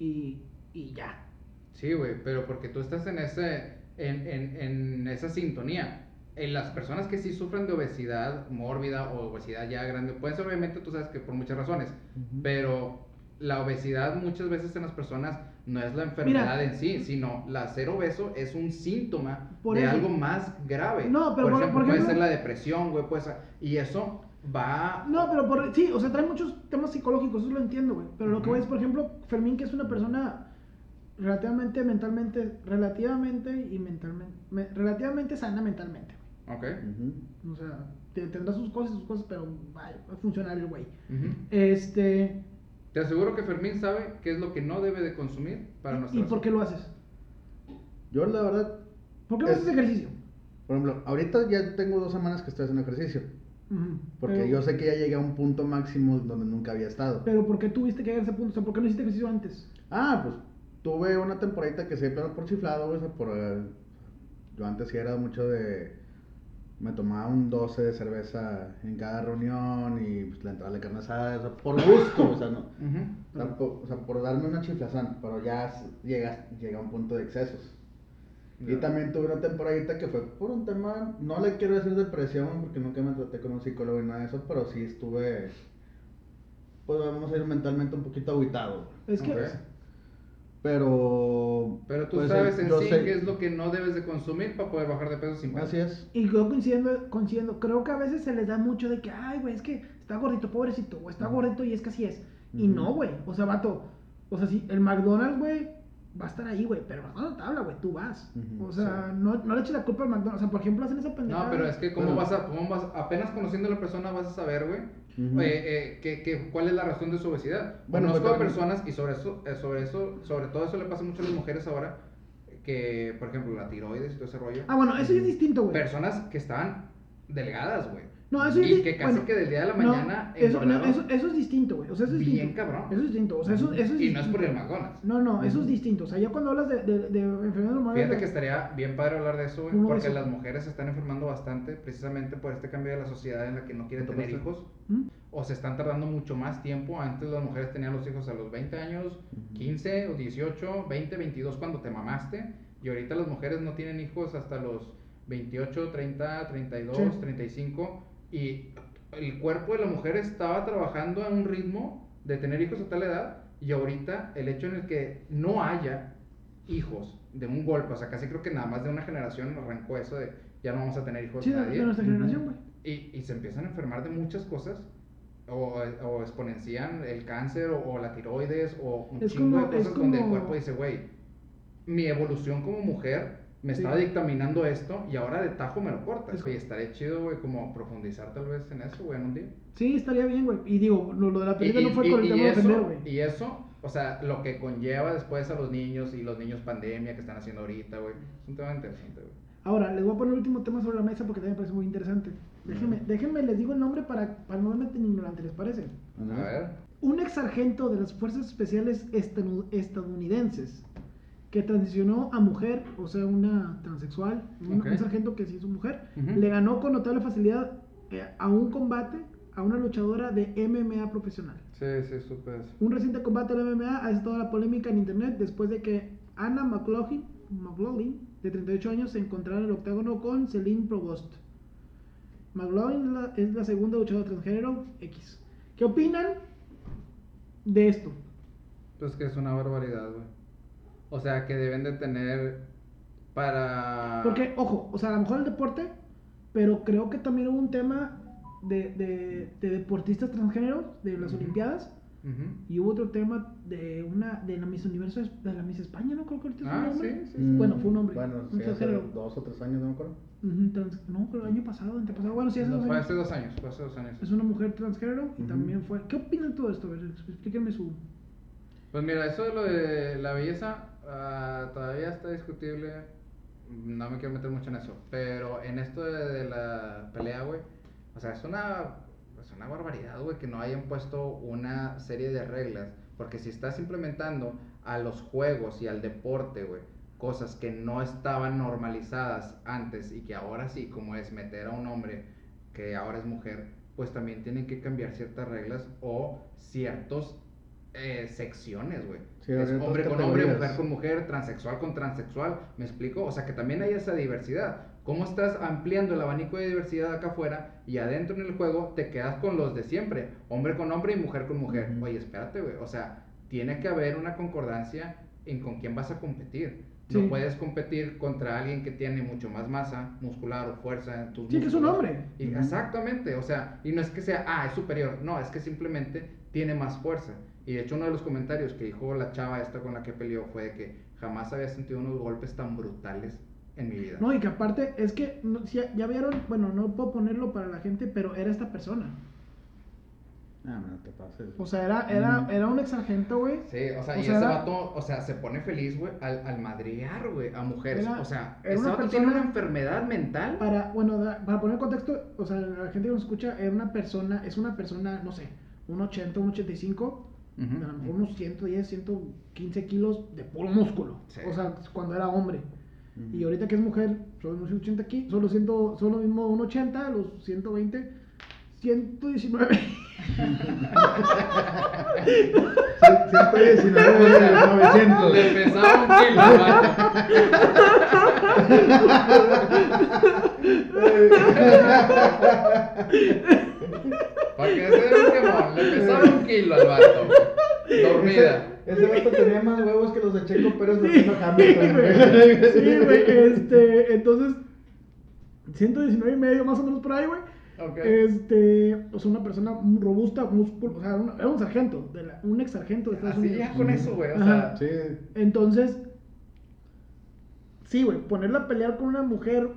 A: y, y ya.
C: Sí, güey, pero porque tú estás en ese, en, en, en esa sintonía. En las personas que sí sufren de obesidad mórbida o obesidad ya grande, pueden ser obviamente, tú sabes que por muchas razones,
B: Ujú.
C: pero la obesidad muchas veces en las personas no es la enfermedad en sí, sino la ser obeso es un síntoma
A: Por
C: de
A: eso.
C: algo más grave.
A: No, pero
C: por,
A: por-
C: ejemplo,
A: por
C: puede
A: ejemplo-
C: ser la depresión, güey, puede ser- y eso va...
A: No, pero por, sí, o sea, trae muchos temas psicológicos, eso lo entiendo, güey. Pero lo que
C: Ujú.
A: voy es, por ejemplo, Fermín, que es una persona relativamente mentalmente, relativamente y mentalmente, me- relativamente sana mentalmente, güey.
C: Ok.
B: Ujú.
A: O sea, te- tendrá sus cosas y sus cosas, pero vaya, va a funcionar el güey.
C: Ujú.
A: Este,
C: Te aseguro que Fermín sabe qué es lo que no debe de consumir para
A: ¿y
C: nuestra
A: por qué lo haces?
B: Yo la verdad,
A: ¿Por qué no
B: Es-
A: haces ejercicio?
B: por ejemplo, ahorita ya tengo dos semanas que estoy haciendo ejercicio.
A: Ujú,
B: Porque
A: pero-
B: yo sé que ya llegué a un punto máximo donde nunca había estado.
A: Pero ¿por qué tuviste que llegar a ese punto? O sea, ¿por qué no hiciste ejercicio antes?
B: Ah, pues Tuve una temporadita que siempre era por chiflado, güey, o sea, por... eh, yo antes sí era mucho de... Me tomaba un 12 de cerveza en cada reunión y pues, la entrada de carne asada, o sea, por gusto, o sea, no,
C: Ujú.
B: tampoco- o sea, por darme una chiflazón, pero ya s- llega, llega a un punto de excesos. Y
C: Ya.
B: también tuve una temporadita que fue por un tema, no le quiero decir depresión porque nunca me traté con un psicólogo y nada de eso, pero sí estuve, pues vamos a ir mentalmente un poquito aguitado.
A: Es que
C: Ok.
B: Pero...
C: Pero tú
B: pues,
C: sabes
B: eh,
C: en
B: yo
C: sí
B: sé-
C: qué es lo que no debes de consumir para poder bajar de peso sin peso.
B: Así es.
A: Y yo coincidiendo, coincidiendo, creo que a veces se les da mucho de que, ay, güey, es que está gordito, pobrecito, o está
B: Ajá.
A: gordito y es que así es. Y
B: Ujú.
A: no, güey, o sea, vato, o sea, si el McDonald's, güey, va a estar ahí, güey, pero no la tabla, güey, tú vas.
B: Ujú,
A: o sea, no, no le eches la culpa al McDonald's, o sea, por ejemplo, hacen esa pendejada.
C: No, pero es que cómo
B: Pero-
C: vas a, cómo vas, apenas conociendo a la persona vas a saber, güey,
B: Ujú.
C: eh, eh, que- que- cuál es la razón de su obesidad.
B: Bueno,
C: Conozco
A: pues,
B: pero
C: a
B: también-
C: personas y sobre eso, eh, sobre eso, sobre todo eso le pasa mucho a las mujeres ahora, que, por ejemplo, la tiroides y todo ese rollo.
A: Ah, bueno, eso ya es distinto, güey.
C: personas que estaban delgadas, güey.
A: No, eso
C: y
A: es-
C: que casi
A: bueno,
C: que del día de la
A: No,
C: mañana
A: eso, no,
C: engordaron
A: eso, eso es distinto, güey, o sea, eso es
C: bien
A: distinto.
C: cabrón.
A: Eso es distinto, o sea, eso, eso es
C: y no es
A: distinto.
C: por el McDonald's.
A: No, no, eso es distinto, o sea, ya cuando hablas de, de, de enfermedades hormonales,
C: Fíjate que estaría bien padre hablar de eso, güey,
A: Uno de
C: porque
A: esos-
C: las mujeres se están enfermando bastante precisamente por este cambio de la sociedad en la que no quieren
B: ¿Topaste?
C: tener hijos
A: ¿Mm?
C: o se están tardando mucho más tiempo. Antes las mujeres tenían los hijos a los 20 años,
B: Ujú.
C: 15 o 18, 20, 22 cuando te mamaste y ahorita las mujeres no tienen hijos hasta los 28, 30, 32,
A: Sí.
C: 35 y el cuerpo de la mujer estaba trabajando a un ritmo de tener hijos a tal edad y ahorita el hecho en el que no haya hijos de un golpe, o sea, casi creo que nada más de una generación arrancó eso de ya no vamos a tener hijos
A: Sí, de,
C: nadie
A: de nuestra
B: Ujú.
A: generación, güey.
C: y, y se empiezan a enfermar de muchas cosas o, o exponencian el cáncer o, o la tiroides o un
A: Es
C: chingo de
A: como- es
C: cosas donde el
A: como-
C: cuerpo dice, güey, mi evolución como mujer me
A: Sí.
C: estaba dictaminando esto y ahora de tajo me lo cortas.
A: Es-
C: Y estaría chido, güey, como profundizar tal vez en eso, güey, en un día.
A: Sí, estaría bien, güey. Y digo, lo, lo de la
C: Y,
A: película
C: y-
A: no fue
C: y-
A: con el
C: y
A: tema de
C: eso,
A: ofender, güey.
C: y eso, o sea, lo que conlleva después a los niños y los niños pandemia que están haciendo ahorita, güey. Es un tema interesante, güey.
A: Ahora, les voy a poner el último tema sobre la mesa porque también me parece muy interesante. Déjenme, déjenme, les digo el nombre para, para no me meter en ignorante, ¿les parece?
B: Ajá.
C: A ver.
A: Un ex sargento de las Fuerzas Especiales estanu- estadounidenses que transicionó a mujer, o sea, una transexual, un,
C: Ok.
A: un sargento que se hizo mujer,
C: Ujú.
A: le ganó con notable facilidad eh, a un combate a una luchadora de MMA profesional.
C: Sí, sí, súper.
A: Un reciente combate de la MMA ha estado la polémica en internet después de que Anna McLaughlin, McLaughlin, de 38 años, se encontrara en el octágono con Celine Provost. McLaughlin es la, es la segunda luchadora transgénero X. ¿Qué opinan de esto?
C: Pues que es una barbaridad, güey. O sea, que deben de tener para...
A: Porque, ojo, o sea, a lo mejor el deporte, pero creo que también hubo un tema de, de- de deportistas transgéneros de las
C: Ujú.
A: Olimpiadas
C: Ujú.
A: y hubo otro tema de una de la Miss Universo, de la Miss España, ¿no? Creo que ahorita es un
C: Ah,
A: hombre.
C: sí, sí. sí.
B: Mm,
A: Bueno, fue un hombre,
B: Bueno,
A: un
B: sí, hace
A: extranjero.
B: dos o tres años, no me acuerdo.
A: Ujú, trans- no, pero el año pasado, antepasado. Bueno, sí, hace dos
C: Fue
A: años.
C: hace dos años, fue hace dos años.
A: Es una mujer transgénero y
B: Ujú.
A: también fue. ¿Qué opinan de todo esto? A ver, explíquenme su.
C: Pues mira, eso de lo de la belleza ah, todavía está discutible. No me quiero meter mucho en eso. Pero en esto de, de la pelea, güey. O sea, es una, es una barbaridad, güey, que no hayan puesto una serie de reglas. Porque si estás implementando a los juegos y al deporte, güey, cosas que no estaban normalizadas antes y que ahora sí, como es meter a un hombre que ahora es mujer, pues también tienen que cambiar ciertas reglas o ciertos eh, secciones, güey.
B: Sí,
C: es
B: habría
C: hombre
B: otras
C: con hombre,
B: categorías.
C: mujer con mujer, transexual con transexual, ¿me explico? O sea, que también hay esa diversidad. ¿Cómo estás ampliando el abanico de diversidad acá afuera y adentro en el juego te quedas con los de siempre? Hombre con hombre y mujer con mujer.
B: Ujú.
C: Oye, espérate, güey. O sea, tiene que haber una concordancia en con quién vas a competir.
A: Sí.
C: No puedes competir contra alguien que tiene mucho más masa muscular o fuerza en tus
A: Sí, que es un
C: músculos.
A: hombre.
C: Y-
B: Ujú.
C: Exactamente, o sea, y no es que sea, ah, es superior, no, es que simplemente tiene más fuerza. Y de hecho uno de los comentarios que dijo la chava esta con la que peleó fue de que jamás había sentido unos golpes tan brutales en mi vida.
A: No, y que aparte, es que. no- si ya, ya vieron, bueno, no puedo ponerlo para la gente, pero era esta persona.
B: Ah, no te pases.
A: O sea, era, era,
B: Mm.
A: era un ex sargento, güey.
C: Sí, o sea,
A: O
C: y
A: sea,
C: ese
A: era-
C: vato, o sea, se pone feliz, güey, al, al madrear, güey, a mujeres.
A: Era-
C: o sea,
A: era
C: ese
A: una
C: vato tiene
A: persona-
C: una enfermedad mental.
A: Para, bueno, da- para poner contexto, o sea, la gente que nos escucha era una persona, es una persona, no sé, un 80, un 85, a lo mejor unos 110, 115 kilos de puro músculo.
C: Sí.
A: O sea, cuando era hombre.
B: Ujú.
A: Y ahorita que es mujer, son unos 80 kilos, son los, 100, son los mismos 180, los 120,
C: [LAUGHS]
A: 119.
B: Cien- 119 de los 900.
C: Le pesaba un kilo, ¿vale? Para que se vea el quemón, le pesaba un kilo al vato. güey. Dormida.
B: Ese vato tenía más huevos que los de Checo Pérez
A: [LAUGHS] Sí,
B: haciendo
A: güey.
B: Hamilton. güey.
A: Sí, güey, este, entonces, 119 y medio más o menos por ahí, güey.
C: Ok.
A: Este, o sea, una persona muy robusta, músculo, o sea, un- era un sargento, de la- un ex sargento de Estados
C: Así
A: Unidos.
C: ya con eso, güey. O sea,
A: Ajá.
B: Sí,
A: Entonces, sí, güey, ponerla a pelear con una mujer,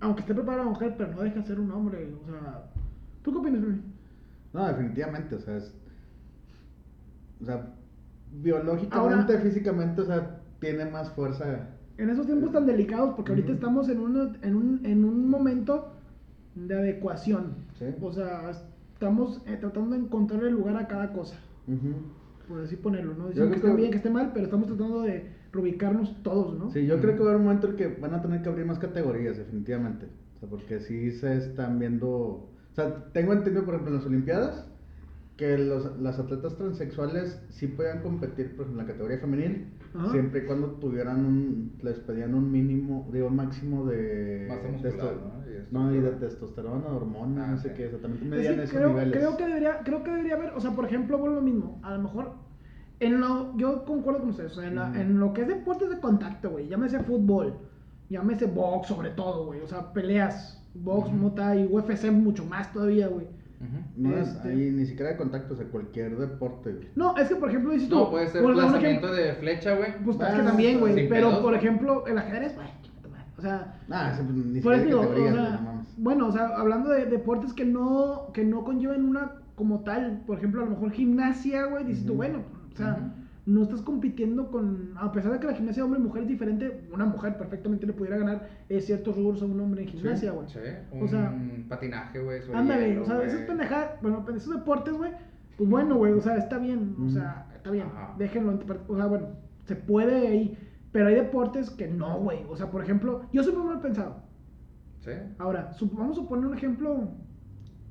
A: aunque esté preparada la mujer, pero no deja de ser un hombre, o sea, ¿tú qué opinas, güey?
B: no, definitivamente, o sea, es- o sea, biológicamente,
A: Ahora-
B: físicamente, o sea, tiene más fuerza.
A: En esos tiempos tan delicados, porque ahorita
B: Ujú.
A: estamos en, una- en, un, en un momento de adecuación.
B: Sí.
A: O sea, estamos eh, tratando de encontrar el lugar a cada cosa,
B: Ujú.
A: por así ponerlo, ¿no?
B: Yo
A: Dicen que esté
B: creo que-
A: bien, que esté mal, pero estamos tratando de reubicarnos todos, ¿no?
B: Sí, yo creo que va a haber un momento en que van a tener que abrir más categorías, definitivamente. O sea, porque sí se están viendo. O sea, tengo entendido, por ejemplo, en las Olimpiadas, que los, las atletas transexuales sí podían competir, por ejemplo, en la categoría femenil,
A: Ajá.
B: siempre y cuando tuvieran un. Les pedían un mínimo, digo, un máximo de.
C: Masa muscular, ¿no? Y
B: Y
C: esto-
B: no, y de testosterona, hormona,
C: Ah,
B: no sé
C: ok.
B: qué. O sea, también
A: Pues sí,
B: medían esos
A: creo,
B: niveles.
A: creo que debería, creo que debería haber, o sea, por ejemplo, vuelvo a lo mismo, a lo mejor, en lo, yo concuerdo con ustedes, o sea, en, la-
B: Ujú.
A: en lo que es deportes de contacto, güey, llámese fútbol, llámese box sobre todo, güey, o sea, peleas, box,
B: Ujú.
A: mota y UFC mucho más todavía, güey.
C: ujú.
B: No es
A: este-
B: ahí ni siquiera de contacto, o sea, cualquier deporte. güey.
A: No, es que por ejemplo dices tú,
C: No, puede ser
A: por dar un
C: lanzamiento
A: ejemplo,
C: de flecha, güey.
A: pues es
B: Ah,
A: que también, güey,
C: sin
A: pero
C: pedos,
A: por
C: güey.
A: ejemplo, el ajedrez, güey, chingate madre, o sea,
B: Ah, ese, pues, ni
A: Por
B: siquiera
A: eso digo, o
B: categorías,
A: sea,
B: güey, no mames.
A: bueno, o sea, hablando de deportes que no, que no conlleven una como tal, por ejemplo, a lo mejor gimnasia, güey, dices tú,
B: Ujú.
A: bueno, o sea,
C: Ujú.
A: no estás compitiendo con, a pesar de que la gimnasia de hombre y mujer es diferente, una mujer perfectamente le pudiera ganar eh, ciertos rubros a un hombre en gimnasia, güey.
C: Sí,
A: O sea,
C: un patinaje, güey. sobre
A: Ándale,
C: hielo,
A: o sea,
C: güey.
A: esas pendejadas, bueno, esos deportes, güey, pues bueno, güey, o sea, está bien, o
B: Ujú.
A: sea, está bien,
C: Ajá.
A: déjenlo, en parte, o sea, bueno, se puede ahí, pero hay deportes que no, güey, o sea, por ejemplo, yo siempre me lo he pensado,
C: Sí.
A: ahora, sup- vamos a suponer un ejemplo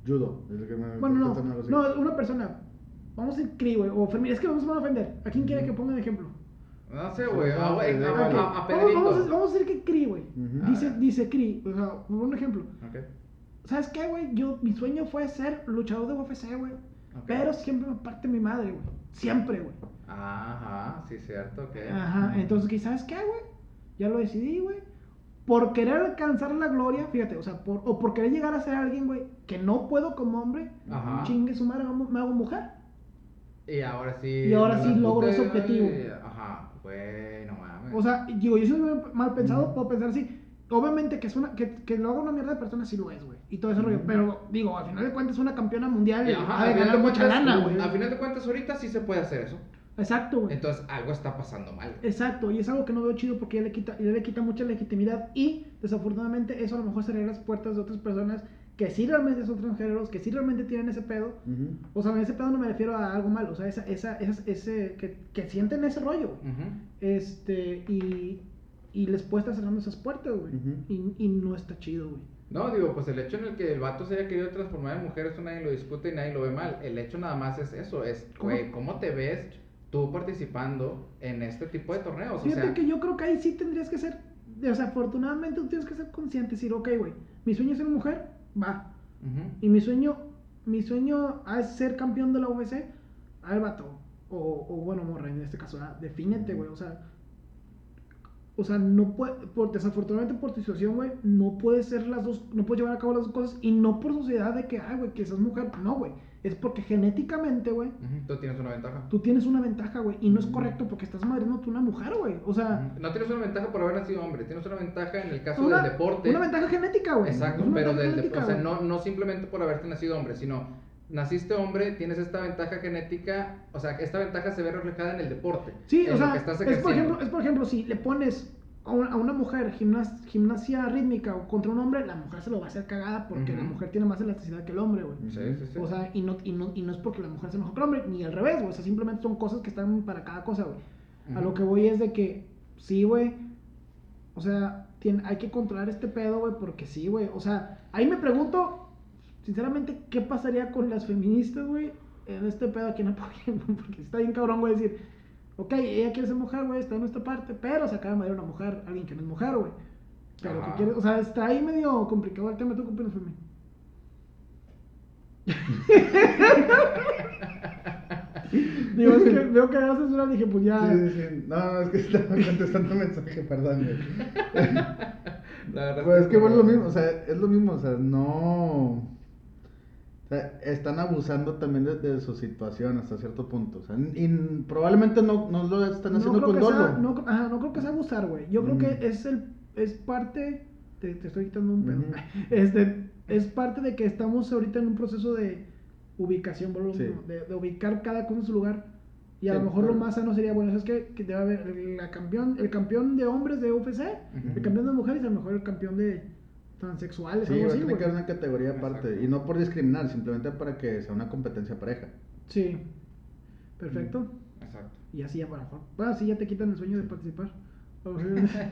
B: Judo. es el que me-
A: Bueno,
B: me- me- me-
A: no, no, una persona. Vamos a inscribir, güey. O Fermín, es que vamos a ofender. ¿A quién quiere que ponga de ejemplo?
C: No sé, güey. A, a,
B: Ah,
C: a,
B: Pedro.
C: a-
A: Ok,
C: a- a
A: vamos,
C: Pedrito.
A: vamos a, vamos a decir que Cri, güey.
B: Ujú.
A: Dice,
C: Ah.
A: dice Cri, o sea, por un ejemplo.
C: Ok,
A: ¿Sabes qué, güey? Yo, mi sueño fue ser luchador de UFC, güey.
C: ok.
A: Pero siempre me parte mi madre, güey. Siempre, güey.
C: Ajá, sí, cierto, ok.
A: Ajá, entonces, ¿qué- ¿sabes qué, güey? Ya lo decidí, güey. Por querer alcanzar la gloria, fíjate, o sea, por, o por querer llegar a ser alguien, güey, que no puedo como hombre,
C: Ajá.
A: chingue su madre, me hago mujer.
C: Y ahora sí.
A: Y ahora sí
C: las
A: logro ese
C: putas,
A: objetivo.
C: y- Ajá, güey, no mames.
A: O sea, digo, yo soy mal pensado, puedo pensar así. Obviamente que, es una, que, que lo haga una mierda de persona, sí lo es, güey. Y todo ese rollo. Pero, digo, al final de cuentas es una campeona mundial.
C: Y,
A: ha
C: ajá,
A: de
C: al final
A: ganar
C: de
A: mucha
C: cuentas,
A: lana, güey.
C: al final de cuentas, ahorita sí se puede hacer eso.
A: Exacto, güey.
C: Entonces, algo está pasando mal.
A: Exacto. Y es algo que no veo chido porque ya le quita, ya le quita mucha legitimidad. Y, desafortunadamente, eso a lo mejor cerraría las puertas de otras personas que sí realmente son transgéneros, que sí realmente tienen ese pedo.
B: Ujú.
A: O sea, ese pedo no me refiero a algo malo. O sea, esa, esa, esas- ese, que, que sienten ese rollo, güey.
C: Ujú.
A: Este, y, y les puede estar cerrando esas puertas, güey.
B: Ujú.
A: y, y no está chido, güey.
C: No, digo, pues el hecho en el que el vato se haya querido transformar en mujer, eso nadie lo discute y nadie lo ve mal. El hecho nada más es eso, es,
A: ¿Cómo?
C: güey, ¿cómo te ves tú participando en este tipo de torneos? O
A: Fíjate
C: sea,
A: que yo creo que ahí sí tendrías que ser, desafortunadamente tú tienes que ser consciente, y decir, ok, güey, mi sueño es ser mujer, va.
C: ujú.
A: Y mi sueño, mi sueño es ser campeón de la UFC, a ver, vato. O, o bueno, morra, en este caso, ah, defínete, güey, o sea... O sea, no puede, por, desafortunadamente por tu situación, güey, no puedes ser las dos, no puedes llevar a cabo las dos cosas y no por sociedad de que, ay, güey, que seas mujer, no, güey, es porque genéticamente, güey,
C: Ujú, tú tienes una ventaja.
A: tú tienes una ventaja, güey, y no es correcto porque estás madriendo tú una mujer, güey. O sea,
C: Ujú. No tienes una ventaja por haber nacido hombre, tienes una ventaja en el caso
A: una,
C: del deporte.
A: una ventaja genética, güey.
C: Exacto,
A: Es una
C: pero
A: ventaja
C: del deporte,
A: genética,
C: o sea,
A: güey.
C: no, no simplemente por haberte nacido hombre, sino naciste hombre, tienes esta ventaja genética, o sea, esta ventaja se ve reflejada en el deporte.
A: Sí,
C: en
A: o
C: lo
A: sea,
C: que estás
A: es por,
C: ejerciendo.
A: ejemplo, es por ejemplo, si le pones a una, a una mujer gimnas- gimnasia rítmica o contra un hombre, la mujer se lo va a hacer cagada porque la
C: Ujú.
A: mujer tiene más elasticidad que el hombre, güey.
C: Sí, sí, sí.
A: O sea, y no, y, no, y no es porque la mujer sea mejor que el hombre, ni al revés, güey. O sea, simplemente son cosas que están para cada cosa, güey. A lo
C: Ujú.
A: que voy es de que, sí, güey. O sea, tien- hay que controlar este pedo, güey, porque sí, güey. O sea, ahí me pregunto, sinceramente, ¿qué pasaría con las feministas, güey? En este pedo a quién apoyan, güey? [LAUGHS] porque está bien cabrón, güey, decir, ok, ella quiere ser mujer, güey, está en nuestra parte, pero se acaba de matar una mujer, alguien que no es mujer, güey. Pero que
C: Ajá.
A: quiere, o sea, está ahí medio complicado el tema, ¿tú qué opinas, Fermín? [LAUGHS] Digo, es que veo que haces una, dije, pues ya.
B: Sí, sí, sí. No, no, es que [LAUGHS] estaba contestando un mensaje, perdón, [LAUGHS] güey.
C: La verdad
B: Pues es que bueno,
C: como-
B: lo mismo, o sea, es lo mismo, o sea, no... O sea, están abusando también de, de su situación hasta cierto punto, o sea, y probablemente no, no lo están haciendo
A: creo
B: con
A: que
B: dolo.
A: sea- no, cr- ajá, no creo que sea abusar, güey. Yo creo
B: Mm.
A: que es el es parte te, te estoy quitando un pedo.
B: Ujú.
A: [LAUGHS] Este es parte de que estamos ahorita en un proceso de ubicación, boludo,
B: Sí.
A: de, de ubicar cada cosa en su lugar. Y a
B: Sí,
A: lo mejor lo
B: pero-
A: más sano sería, bueno, es que, que debe haber la campeón, el campeón de hombres de UFC,
C: Ujú.
A: el campeón de mujeres, y a lo mejor el campeón de transexuales,
B: Sí,
A: algo
B: va a
A: así,
B: tener
A: güey.
B: que haber una categoría aparte.
C: Exacto.
B: Y no por discriminar, simplemente para que sea una competencia pareja.
A: Sí. Perfecto.
C: Exacto.
A: Y así ya, bueno, bueno, así ya te quitan el sueño de [LAUGHS] participar. O sea,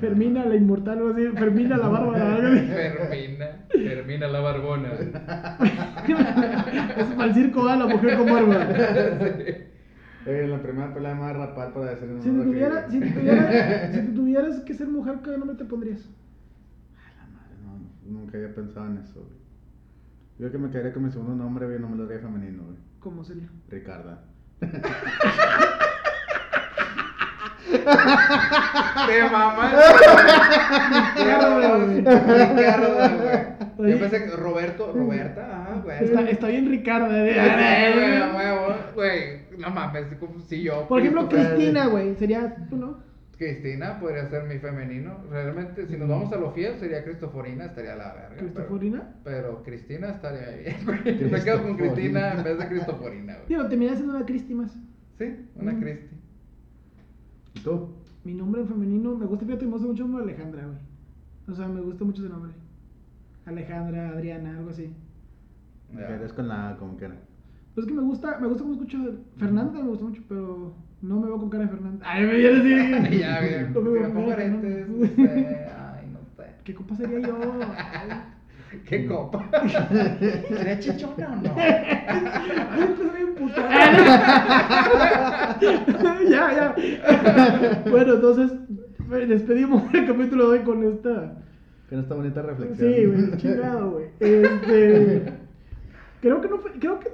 A: Fermina la inmortal, o así, Fermina la [LAUGHS] bárbara. algo así.
C: Termina, termina
B: [LAUGHS]
C: la barbona.
A: es para el circo, a la mujer con [LAUGHS] bárbara.
B: Eh, la primera pelea me va a rapar para decir
A: Si te, tuviera,
B: [LAUGHS]
A: si, te tuviera- si te tuvieras que ser mujer, ¿qué nombre te pondrías?
B: nunca había pensado en eso, güey. Yo creo que me quedaría con mi segundo nombre, güey, no me lo haría femenino, güey.
A: ¿Cómo sería?
B: Ricarda.
C: ¡Te mamás!
A: Ricardo,
C: Ricardo,
A: güey.
C: güey. Ricardo, güey.
A: Oye.
C: Yo pensé que Roberto, Roberta, ah, güey.
A: Está, está bien Ricardo. [LAUGHS] eh,
C: Eh, güey, a
A: eh, eh.
C: huevo, güey. No mames, como si yo.
A: Por ejemplo,
C: Christopher-
A: Cristina, güey, sería tú, ¿no?
C: Cristina podría ser mi femenino. Realmente, si nos vamos a lo fiel, sería Cristoforina, estaría la verga. pero-
A: Cristoforina.
C: Pero Cristina estaría bien, güey. Me quedo con Cristina en vez de Cristoforina, güey.
A: Digo, terminé siendo una Cristi más.
C: Sí, una
A: Mm.
C: Cristi.
B: ¿Y tú?
A: Mi nombre femenino, me gusta, fíjate, me gusta mucho el nombre Alejandra, güey. O sea, me gusta mucho ese nombre. Alejandra, Adriana, algo así.
B: Me
C: Ya.
B: quedarías con la como quiera.
A: Pues es que me gusta, me gusta como escucho Fernanda, me gusta mucho, pero no me veo con cara de Fernanda. Ay, me viene
C: [LAUGHS]
A: así.
C: Ya, güey. Si
A: No me veo
C: me
A: con
C: pongo
A: cara de
C: aretes, no
A: Fernanda.
C: sé. Ay, no sé.
A: [LAUGHS] ¿Qué copa sería yo? Ay.
C: [LAUGHS] ¿Qué [LAUGHS] copa? ¿Sería chichona o no?
A: Esto es bien
C: [LAUGHS]
A: puto. [LAUGHS] ya, ya. [LAUGHS] bueno, entonces eh, despedimos el capítulo de hoy con esta.
B: Con esta bonita reflexión.
A: Sí,
B: [LAUGHS]
A: güey, chingado, güey. Este, creo que no fue, creo que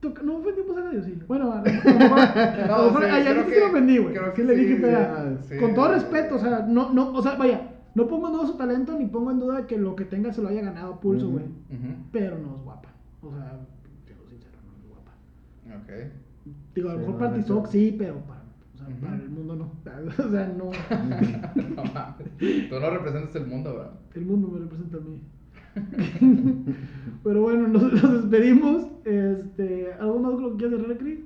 A: toca- no ofendimos a nadie, sí. Bueno, a lo mejor,
B: [LAUGHS]
A: a lo
C: No,
A: mejor-
C: sí,
A: ay, a
C: creo
A: ti sí
C: que-
A: lo ofendí, güey.
C: creo
A: Sí
C: que
A: le
C: sí,
A: dije,
C: sí, ah,
A: "Peda".
C: sí.
A: con todo respeto, o sea, no, no, o sea, vaya, no pongo en duda su talento ni pongo en duda que lo que tenga se lo haya ganado a pulso,
B: Ujú.
A: güey.
C: Ujú.
A: Pero no es guapa. O sea, siendo sincero, no es guapa.
C: Ok.
A: Digo, a lo
B: Sí,
A: mejor
B: no,
A: para
B: no es
A: TikTok
B: cierto.
A: sí, pero para, o sea,
C: Ujú.
A: para el mundo no. [LAUGHS] O sea, no.
B: [LAUGHS]
C: No mames. Tú no representas el mundo, bro.
A: El mundo me representa a mí. [LAUGHS] Pero bueno, nos, nos despedimos. Este, ¿Algo más con lo que quieras cerrar, Cris?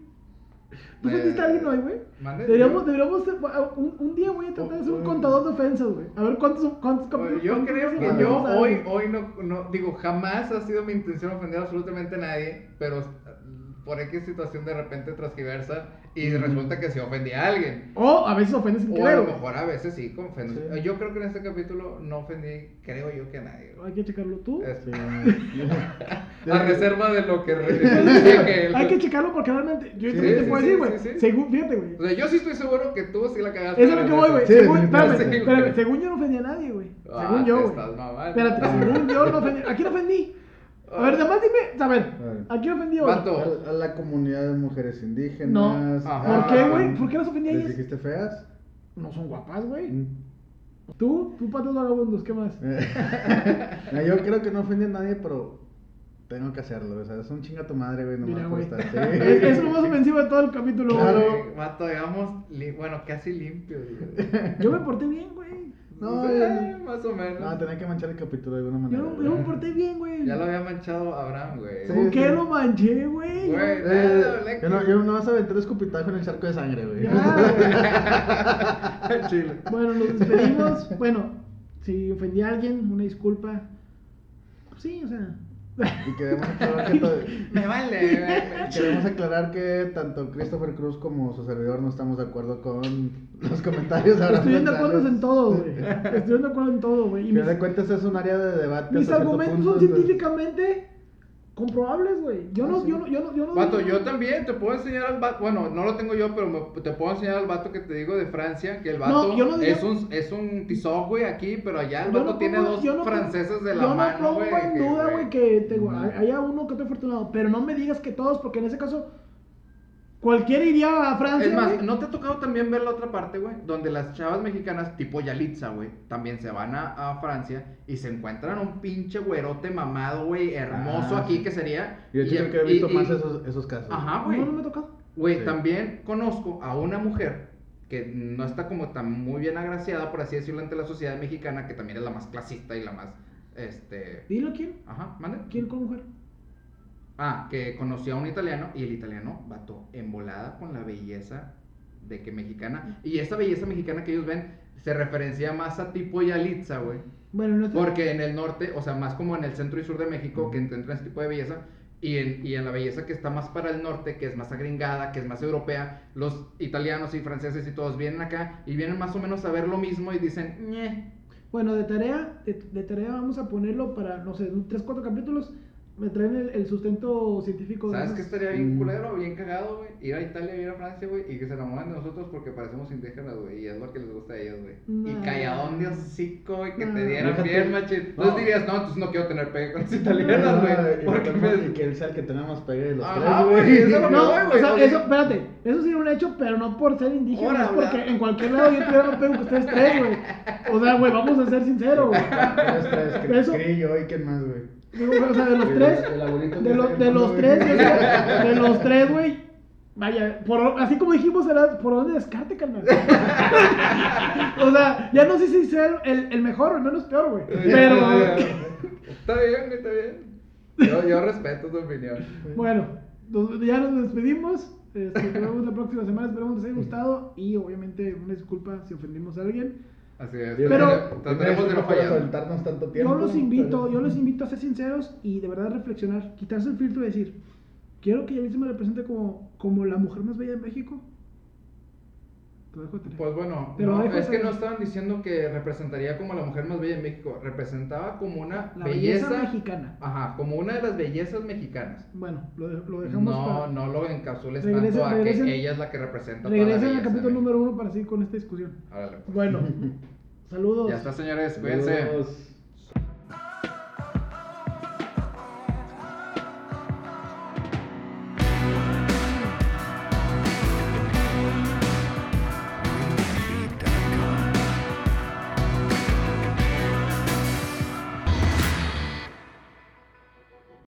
A: ¿Tú
C: Eh,
A: sentiste a alguien hoy, güey?
C: Mande.
A: Deberíamos,
C: Yo-
A: deberíamos ser- un, un día voy a tratar de hacer un
B: Uy.
A: contador de ofensas, güey. A ver cuántos, cuántos
C: Bueno,
A: cuántos-
C: Yo
A: cuántos
C: creo
A: ofensas
C: que yo
A: vamos a dar.
C: hoy, hoy no, no- digo, jamás ha sido mi intención ofender absolutamente a nadie, pero eh, por X situación de repente transgiversa y resulta que se ofendí a alguien.
A: O Oh, a veces ofendes sin
C: O a
A: querer.
C: lo
A: güey.
C: mejor a veces sí, con ofendas.
B: Sí.
C: Yo creo que en este capítulo no ofendí, creo yo que a nadie. güey.
A: Hay que checarlo tú.
C: Es-
B: Sí.
C: [LAUGHS] a reserva de lo que re- dice
A: [LAUGHS]
C: que él-
A: [LAUGHS] Hay que checarlo porque realmente. Yo
B: Sí,
A: también te
B: sí,
A: puedo
C: sí,
A: decir,
C: sí,
A: güey.
C: sí, sí.
A: Según- Fíjate, güey.
C: O sea, yo sí estoy seguro que tú sí la cagaste.
A: Eso es lo que voy, güey.
B: Sí,
A: según,
B: definitivamente.
A: espérame,
C: Sí,
A: espérame,
C: güey.
A: según yo no ofendí a nadie, güey.
C: Ah,
A: según yo,
C: te
A: güey.
C: estás mamando.
A: Espérate,
B: Ah.
A: según yo no ofendí. ¿A quién ofendí? A ver, además dime, a ver,
B: A ver.
A: ¿a quién ofendí hoy?
C: Vato.
B: A, a la comunidad de mujeres indígenas.
A: No.
C: Ajá.
B: ¿Por
C: ¿Por qué, güey?
A: ¿Por qué las ofendí a ellas?
B: ¿Les dijiste feas? Mm.
A: No son guapas, güey. Tú, tú patos vagabundos, ¿qué
B: Eh,
A: más?
B: [LAUGHS] No, yo creo que no ofendí a nadie, pero tengo que hacerlo. O sea, es un chinga tu madre, güey, nomás
A: Mira,
B: por
A: güey. [LAUGHS]
B: estar. Sí.
A: Es, es lo más ofensivo de todo el capítulo, güey.
B: Claro.
C: Eh, Vato, digamos, li- bueno, casi limpio.
A: [LAUGHS]
C: digo.
A: Yo me porté bien, güey.
B: No,
C: Eh,
B: yo-
C: más o
A: [LAUGHS]
C: menos.
B: No, tenía que manchar el capítulo de alguna manera.
A: Yo,
B: güey.
A: yo me porté bien, güey.
C: Ya lo había manchado Abraham, güey.
B: Sí.
A: ¿Con qué lo manché, güey?
C: Güey.
B: Eh, yo no, yo no vas a aventar escupitajo en el charco de sangre, güey.
A: Ya, güey.
C: [LAUGHS]
B: Chile.
A: Bueno, nos despedimos. Bueno, si ofendí a alguien, una disculpa. Sí, o sea.
B: [LAUGHS] Y queremos aclarar que, to-
C: Me vale. me- me-
B: queremos aclarar que tanto Christopher Cruz como su servidor no estamos de acuerdo con los comentarios. de Abraham
A: Estuvieron de acuerdo
B: González.
A: en todo, güey. Estuvieron de acuerdo en todo, güey. Y
B: Al
A: mis,
B: final de cuentas es un área de debate.
A: mis
B: hasta cierto
A: argumentos
B: punto,
A: son
B: entonces-
A: científicamente comprobables, güey. Yo
B: Ah,
A: no,
B: sí.
A: yo no, yo no, yo no.
C: Vato, yo también te puedo enseñar al vato. Bueno, no lo tengo yo, pero me- te puedo enseñar al vato que te digo de Francia. Que el vato
A: No, yo no digo-
C: es, un, es un tizoc, güey, aquí, pero allá el
A: Yo
C: vato
A: no
C: tiene
A: pongo-
C: dos
A: yo no pongo-
C: franceses de la
A: yo
C: mano.
A: no pongo
C: güey,
A: en
C: que,
A: duda, güey, que te,
B: No.
A: haya uno que otro afortunado. Pero no me digas que todos, porque en ese caso, cualquiera iría a Francia.
C: Es más,
A: güey.
C: ¿no te ha tocado también ver la otra parte, güey? Donde las chavas mexicanas, tipo Yalitza, güey, también se van a, a Francia y se encuentran un pinche güerote mamado, güey, hermoso
B: Ah,
C: aquí
B: sí.
C: que sería.
B: Yo creo que he
C: y- em,
B: visto
C: y-
B: más esos, esos casos.
C: Ajá, güey.
A: no, no me ha tocado.
C: Güey,
B: Sí.
C: también conozco a una mujer que no está como tan muy bien agraciada, por así decirlo, ante la sociedad mexicana, que también es la más clasista y la más, este...
A: Dilo quién.
C: Ajá, mande.
A: ¿Quién con mujer?
C: Ah, que conoció a un italiano y el italiano vato embolada con la belleza de que mexicana. Y esa belleza mexicana que ellos ven se referencia más a tipo Yalitza, güey.
A: Bueno, no es
C: Porque en el norte, o sea, más como en el centro y sur de México, que encuentran ese tipo de belleza, y en, y en la belleza que está más para el norte, que es más agringada, que es más europea, los italianos y franceses y todos vienen acá y vienen más o menos a ver lo mismo y dicen, "Ñe".
A: Bueno, de tarea, de, de tarea vamos a ponerlo para, no sé, 3, 4 capítulos. Me traen el, el sustento científico. de
C: ¿sabes
A: esos.
C: qué estaría bien
B: Mm.
C: culero, bien cagado, güey? Ir a Italia, ir a Francia, güey, y que se enamoren de nosotros porque parecemos indígenas, güey, y es lo que les gusta a ellos, güey. Y
A: No.
C: calladón de hocico, güey, que
A: No.
C: te dieran
B: Fíjate.
C: bien, machín. Entonces
B: No.
C: dirías, no, entonces no quiero tener pegue con los
B: Ah,
C: italianos, güey,
B: y
C: porque
B: entonces,
C: me-
B: y
C: [LAUGHS]
B: que él sea el que tenemos pegue de los
C: Ajá,
B: tres,
C: güey,
B: güey.
C: eso es
B: [LAUGHS]
C: lo que
A: No,
C: voy,
A: o
C: güey,
A: sea,
C: o sea-
A: eso, espérate, eso sí era un hecho, pero no por ser indígena,
C: Ahora,
A: es porque
C: ahora.
A: en cualquier lado yo tuviera un pedo que ustedes tres, güey. O sea, güey, vamos a ser sinceros, güey.
B: Los tres, que
A: Eso-
B: Cri, yo y quién más, güey.
A: Digo, O sea, de los
B: El-
A: tres,
B: el abuelito que
A: de, lo-
B: está en
A: de
B: el
A: los
B: fondo,
A: tres,
B: [LAUGHS] güey.
A: de, de los tres, güey. Vaya, por, así como dijimos, era por dónde descarte, carnal. [LAUGHS] o sea, ya no sé si sea el, el mejor o el menos peor, güey.
C: Ya, ya,
A: Pero,
C: ya. Está bien, güey, está bien. Yo, yo respeto tu opinión.
A: Bueno, nos- ya nos despedimos. Este, nos vemos la próxima semana. Esperamos les haya gustado. Y obviamente, una disculpa si ofendimos a alguien.
C: Así es.
B: Yo
A: Pero-
B: creo que- yo
C: trataremos
B: creo
C: de
B: que
C: no
B: para
C: fallar.
B: soltarnos tanto tiempo.
A: Yo los invito,
B: pero-
A: yo los invito a ser sinceros y de verdad reflexionar, quitarse el filtro y decir, quiero que Yalitza me represente como, como la mujer más bella de México. Te lo dejo de tarea.
C: Pues bueno,
A: Pero
C: no,
A: hay
C: es que
A: cosas-
C: no estaban diciendo que representaría como la mujer más bella en México. Representaba como una
A: la belleza,
C: belleza.
A: mexicana.
C: Ajá, como una de las bellezas mexicanas.
A: Bueno, lo, de- lo dejamos
C: No,
A: para...
C: no lo encapsules
A: Regresen-
C: tanto a
A: regresen-
C: que ella es la que representa. toda la
A: Regresen al
C: belleza eh.
A: capítulo
C: en México. [LAUGHS]
A: número uno para seguir con esta discusión.
C: Órale, pues.
A: Bueno, saludos.
C: Ya está, señores, cuídense.
B: Saludos.